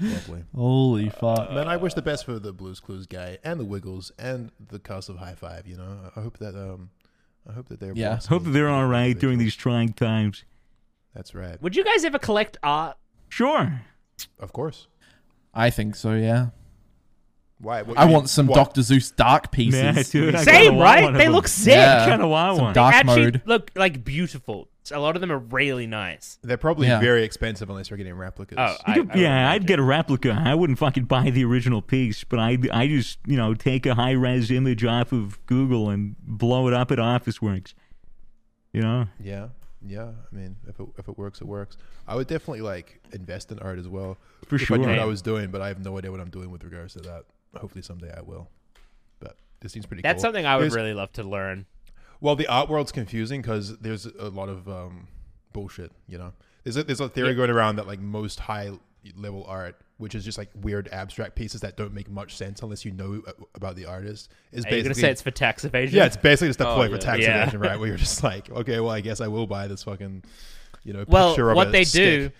Speaker 1: Lovely.
Speaker 2: Holy fuck.
Speaker 1: Man, I wish the best for the Blues Clues guy and the Wiggles and the cast of High Five. You know, I hope that um, I hope that they're
Speaker 2: Yeah.
Speaker 1: blossoming
Speaker 4: Hope that they're all right during
Speaker 1: individually.
Speaker 4: these trying times.
Speaker 1: That's right.
Speaker 5: Would you guys ever collect art?
Speaker 4: Sure.
Speaker 1: Of course.
Speaker 2: I think so, yeah.
Speaker 1: Why? What
Speaker 2: I
Speaker 1: you-
Speaker 2: want some
Speaker 1: what-
Speaker 2: Dr. Zeus dark pieces.
Speaker 4: Yeah, dude, I kinda
Speaker 5: Same,
Speaker 4: want
Speaker 5: right?
Speaker 4: one of
Speaker 5: They
Speaker 4: them.
Speaker 5: look sick.
Speaker 2: Yeah.
Speaker 4: Kinda wild
Speaker 2: Some
Speaker 4: one.
Speaker 2: dark
Speaker 5: Actually,
Speaker 2: mode.
Speaker 5: look like beautiful. A lot of them are really nice.
Speaker 1: They're probably
Speaker 2: Yeah.
Speaker 1: very expensive unless you're getting replicas.
Speaker 5: Oh,
Speaker 4: You
Speaker 5: I,
Speaker 4: could-
Speaker 5: I would
Speaker 4: yeah, I'd
Speaker 5: imagine.
Speaker 4: get a replica. I wouldn't fucking buy the original piece, but I I just you know take a high res image off of Google and blow it up at Officeworks. You know,
Speaker 1: yeah, yeah. I mean, if it, if it works, it works. I would definitely like invest in art as well.
Speaker 4: For
Speaker 1: if I knew
Speaker 4: sure.
Speaker 1: what I was doing, but I have no idea what I'm doing with regards to that. Hopefully someday I will. But this seems pretty.
Speaker 5: That's
Speaker 1: cool.
Speaker 5: something I would
Speaker 1: There's-
Speaker 5: really love to learn.
Speaker 1: Well, the art world's confusing because there's a lot of um, bullshit. You know, there's a, there's a theory going around that like most high level art, which is just like weird abstract pieces that don't make much sense unless you know a- about the artist, is
Speaker 5: Are
Speaker 1: basically
Speaker 5: you gonna say it's for tax evasion?
Speaker 1: yeah, it's basically just a
Speaker 7: Oh,
Speaker 1: ploy for
Speaker 7: yeah.
Speaker 1: tax
Speaker 5: Yeah.
Speaker 1: evasion, right? Where you're just like, okay, well, I guess I will buy this fucking, you know,
Speaker 5: well,
Speaker 1: picture of
Speaker 5: what
Speaker 1: a
Speaker 5: they do,
Speaker 1: stick.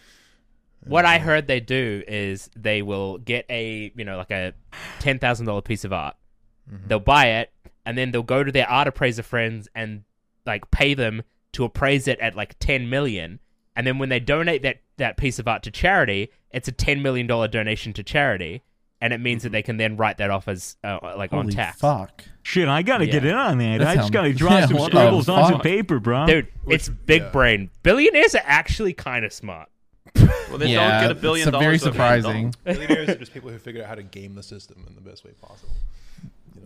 Speaker 5: what I heard they do is they will get a you know like a ten thousand dollar piece of art.
Speaker 1: Mm-hmm.
Speaker 5: They'll buy it and then they'll go to their art appraiser friends and like pay them to appraise it at like ten million. And then when they donate that that piece of art to charity, it's a ten million dollar donation to charity, and it
Speaker 1: Mm-hmm.
Speaker 5: means that they can then write that off as uh, like on
Speaker 2: Holy
Speaker 5: tax.
Speaker 2: fuck.
Speaker 4: shit, I gotta get
Speaker 5: Yeah.
Speaker 4: in on that.
Speaker 2: That
Speaker 4: I just
Speaker 2: sounds-
Speaker 4: gotta draw
Speaker 2: Yeah,
Speaker 4: some
Speaker 2: what the
Speaker 4: scribbles on some
Speaker 2: fuck?
Speaker 4: paper, bro.
Speaker 5: Dude, it's big
Speaker 1: yeah.
Speaker 5: brain. Billionaires are actually kind of smart.
Speaker 7: Well, they
Speaker 2: yeah,
Speaker 7: don't get a billion
Speaker 2: it's
Speaker 7: dollars.
Speaker 2: very
Speaker 7: with a billion
Speaker 2: surprising.
Speaker 7: dollars.
Speaker 1: Millionaires are just people who figure out how to game the system in the best way possible.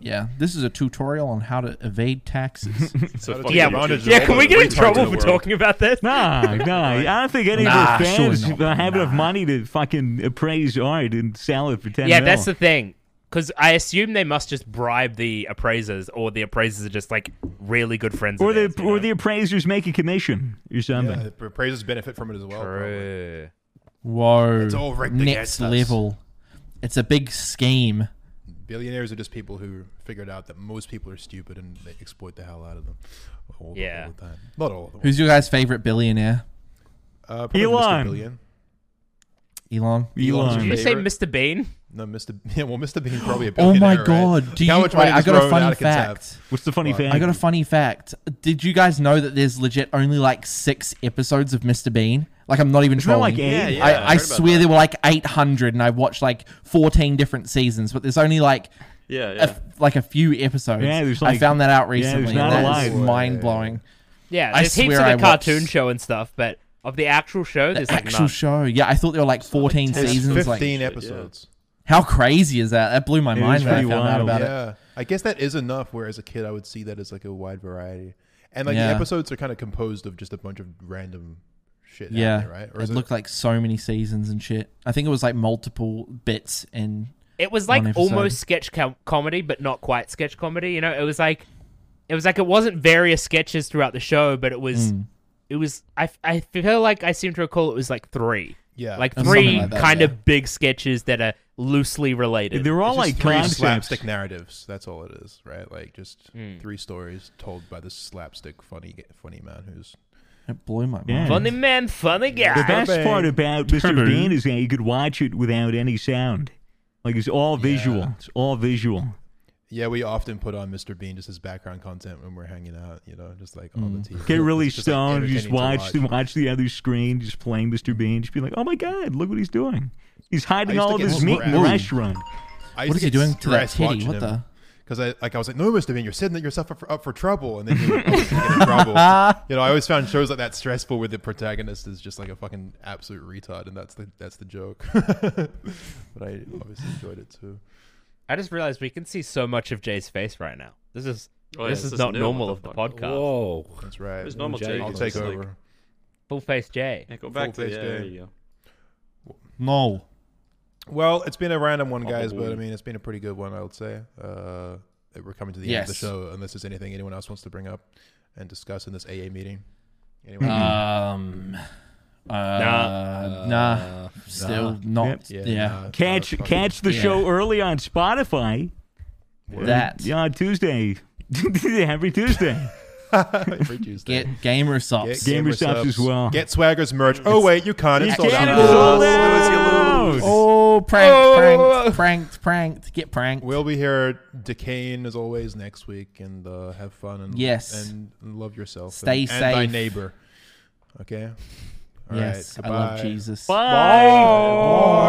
Speaker 2: Yeah, this is a tutorial on how to evade taxes.
Speaker 7: It's a
Speaker 1: Yeah,
Speaker 7: fucking
Speaker 5: Yeah,
Speaker 1: but-
Speaker 7: advantage
Speaker 5: yeah.
Speaker 7: of
Speaker 5: Can
Speaker 7: all
Speaker 5: we
Speaker 7: the
Speaker 5: get in
Speaker 7: retards
Speaker 5: trouble
Speaker 7: the
Speaker 5: for
Speaker 7: world.
Speaker 5: talking about this?
Speaker 4: Nah, nah. I don't think any
Speaker 2: Nah,
Speaker 4: of those
Speaker 2: sure
Speaker 4: fans
Speaker 2: not.
Speaker 4: have enough money to fucking appraise art and sell it for ten.
Speaker 5: Yeah,
Speaker 4: mil.
Speaker 5: that's the thing. Because I assume they must just bribe the appraisers, or the appraisers are just like really good friends.
Speaker 4: or
Speaker 5: of
Speaker 4: the
Speaker 5: theirs, you
Speaker 4: or
Speaker 5: know?
Speaker 4: the appraisers make a commission or something.
Speaker 1: Yeah, the Uh, appraisers benefit from it as well. probably.
Speaker 5: True.
Speaker 2: Whoa. It's
Speaker 1: all rigged
Speaker 2: Next
Speaker 1: against us.
Speaker 2: level. It's a big scheme.
Speaker 1: Billionaires are just people who figured out that most people are stupid and they exploit the hell out of them. All,
Speaker 5: Yeah.
Speaker 1: all the time. Not all of them.
Speaker 2: Who's your guys' favorite billionaire?
Speaker 1: uh, probably Mr.
Speaker 4: Elon.
Speaker 1: Billion.
Speaker 2: Elon.
Speaker 1: Elon's
Speaker 5: Did
Speaker 4: Elon.
Speaker 5: you say
Speaker 1: Favorite?
Speaker 5: Mr. Bean?
Speaker 1: No, Mr. B- Yeah, well, Mr. Bean probably a
Speaker 2: Oh
Speaker 1: billionaire.
Speaker 2: my
Speaker 1: right?
Speaker 2: god. Do you,
Speaker 1: How much money
Speaker 2: right, I
Speaker 1: does
Speaker 2: got a
Speaker 1: Rowan
Speaker 2: funny
Speaker 1: Atkinson have?
Speaker 2: fact.
Speaker 4: What's the funny
Speaker 1: Well,
Speaker 4: thing?
Speaker 2: I got a funny fact. Did you guys know that there's legit only like six episodes of Mr. Bean? Like I'm not even
Speaker 4: Isn't there,
Speaker 2: trolling.
Speaker 4: like, eight? Yeah,
Speaker 7: yeah, I heard
Speaker 2: I, I
Speaker 7: about
Speaker 2: swear
Speaker 7: that.
Speaker 2: there were like 800, and I watched like 14 different seasons, but there's only like
Speaker 7: Yeah, yeah.
Speaker 2: a f like a few episodes.
Speaker 4: Yeah, there's
Speaker 2: I
Speaker 4: like-
Speaker 2: found that out
Speaker 4: yeah, there's
Speaker 2: recently.
Speaker 4: not
Speaker 2: and
Speaker 4: a
Speaker 2: that is
Speaker 1: lot.
Speaker 2: mind blowing.
Speaker 5: Yeah,
Speaker 2: I
Speaker 5: there's heaps
Speaker 2: swear I
Speaker 5: of the cartoon
Speaker 2: watched-
Speaker 5: show and stuff, but of the actual show, there's like
Speaker 2: Actual
Speaker 5: none.
Speaker 2: show. Yeah, I thought there were like 14
Speaker 7: 10,
Speaker 2: seasons. Like,
Speaker 1: 15
Speaker 7: yeah.
Speaker 1: episodes.
Speaker 2: how crazy is that? That blew my
Speaker 4: is
Speaker 2: mind when I
Speaker 4: pretty
Speaker 2: found out
Speaker 4: wild.
Speaker 2: about it.
Speaker 1: yeah. I guess that is enough. Where as a kid, I would see that as like a wide variety, and like
Speaker 2: Yeah.
Speaker 1: the episodes are kind of composed of just a bunch of random shit.
Speaker 2: Yeah,
Speaker 1: happening, right. Or
Speaker 2: it
Speaker 1: is it,
Speaker 2: looked like so many seasons and shit. I think it was like multiple bits and
Speaker 5: It was
Speaker 2: One
Speaker 5: like
Speaker 2: episode.
Speaker 5: almost sketch com- comedy, but not quite sketch comedy. You know, it was like, it was like it wasn't various sketches throughout the show, but it was,
Speaker 2: Hmm.
Speaker 5: it was. I, f- I feel like I seem to recall it was like three.
Speaker 1: yeah,
Speaker 5: like
Speaker 2: Something
Speaker 5: three
Speaker 2: like that,
Speaker 5: kind
Speaker 2: yeah.
Speaker 5: of big sketches that are loosely related.
Speaker 4: They're all
Speaker 1: It's
Speaker 4: like
Speaker 1: just three
Speaker 4: concepts.
Speaker 1: slapstick narratives. That's all it is, right? Like just
Speaker 2: Mm.
Speaker 1: three stories told by this slapstick funny funny man who's
Speaker 2: it blew my mind.
Speaker 4: Yeah.
Speaker 5: funny man, funny
Speaker 4: The
Speaker 5: guy.
Speaker 4: best part about Mr. Bean is that you could watch it without any sound. Like it's all visual. It's all visual.
Speaker 1: yeah. We often put on Mr. Bean just as background content when we're hanging out, you know, just like on
Speaker 2: Mm.
Speaker 1: the TV.
Speaker 4: Get really
Speaker 1: It's just, like,
Speaker 4: stoned. you just
Speaker 1: entertaining
Speaker 4: watch
Speaker 1: to
Speaker 4: them watch the other screen, just playing Mr. Bean. Just be like, oh my god, look what he's doing. He's hiding
Speaker 1: I used to
Speaker 4: all of
Speaker 1: get
Speaker 4: his
Speaker 1: more
Speaker 4: meat in the
Speaker 1: angry.
Speaker 4: restaurant.
Speaker 1: I
Speaker 2: What
Speaker 1: used
Speaker 2: is he
Speaker 1: get
Speaker 2: doing to that
Speaker 1: stressed
Speaker 2: titty?
Speaker 1: watching
Speaker 2: What
Speaker 1: him.
Speaker 2: the-
Speaker 1: Because I like I was like, no, Mister Bean, you're setting yourself up for, up for trouble, and then you're like, oh, he's gonna get in trouble. You know, I always found shows like that stressful, where the protagonist is just like a fucking absolute retard, and that's the that's the joke. but I obviously enjoyed it too.
Speaker 5: I just realized we can see so much of Jay's face right now. This is
Speaker 7: Oh, yeah,
Speaker 5: this is
Speaker 7: this is
Speaker 5: not
Speaker 7: new.
Speaker 5: normal
Speaker 7: What
Speaker 5: of
Speaker 7: the
Speaker 5: the
Speaker 7: fuck?
Speaker 5: podcast.
Speaker 6: Whoa.
Speaker 1: That's right.
Speaker 7: It's normal,
Speaker 6: Jake.
Speaker 1: I'll
Speaker 7: It's
Speaker 1: take
Speaker 7: like-
Speaker 1: over.
Speaker 5: Full face Jay.
Speaker 7: Yeah, go back to
Speaker 1: Full-face
Speaker 7: yeah,
Speaker 1: game.
Speaker 7: there you go.
Speaker 2: No.
Speaker 1: Well, it's been a random one, guys, but I
Speaker 7: Probably.
Speaker 1: mean, it's been a pretty good one, I would say. Uh, we're coming to the end of the
Speaker 2: Yes.
Speaker 1: show, unless there's anything anyone else wants to bring up and discuss in this AA meeting. Anyone?
Speaker 2: Um, uh, nah, still not.
Speaker 1: Yeah,
Speaker 2: Yeah,
Speaker 1: nah,
Speaker 4: Catch
Speaker 1: nah, fuck
Speaker 4: catch the
Speaker 2: Yeah.
Speaker 4: show early on Spotify.
Speaker 2: that
Speaker 4: Yeah, on Tuesday. Every Tuesday.
Speaker 1: every Tuesday.
Speaker 2: get gamer subs.
Speaker 4: Gamer Subs as well.
Speaker 1: Get Swagger's merch. Oh wait, you can't. It's
Speaker 4: You
Speaker 1: sold
Speaker 4: can't,
Speaker 1: out.
Speaker 4: it's sold
Speaker 1: Uh,
Speaker 4: out.
Speaker 2: oh, pranked, pranked, pranked, pranked. Get pranked.
Speaker 1: We'll be here, decaying as always next week, and uh, have fun and
Speaker 2: Yes.
Speaker 1: and, and love yourself.
Speaker 2: Stay
Speaker 1: and, and thy
Speaker 2: safe.
Speaker 1: neighbor. Okay. All right.
Speaker 2: yes, I love
Speaker 1: Goodbye.
Speaker 2: Jesus.
Speaker 4: Bye.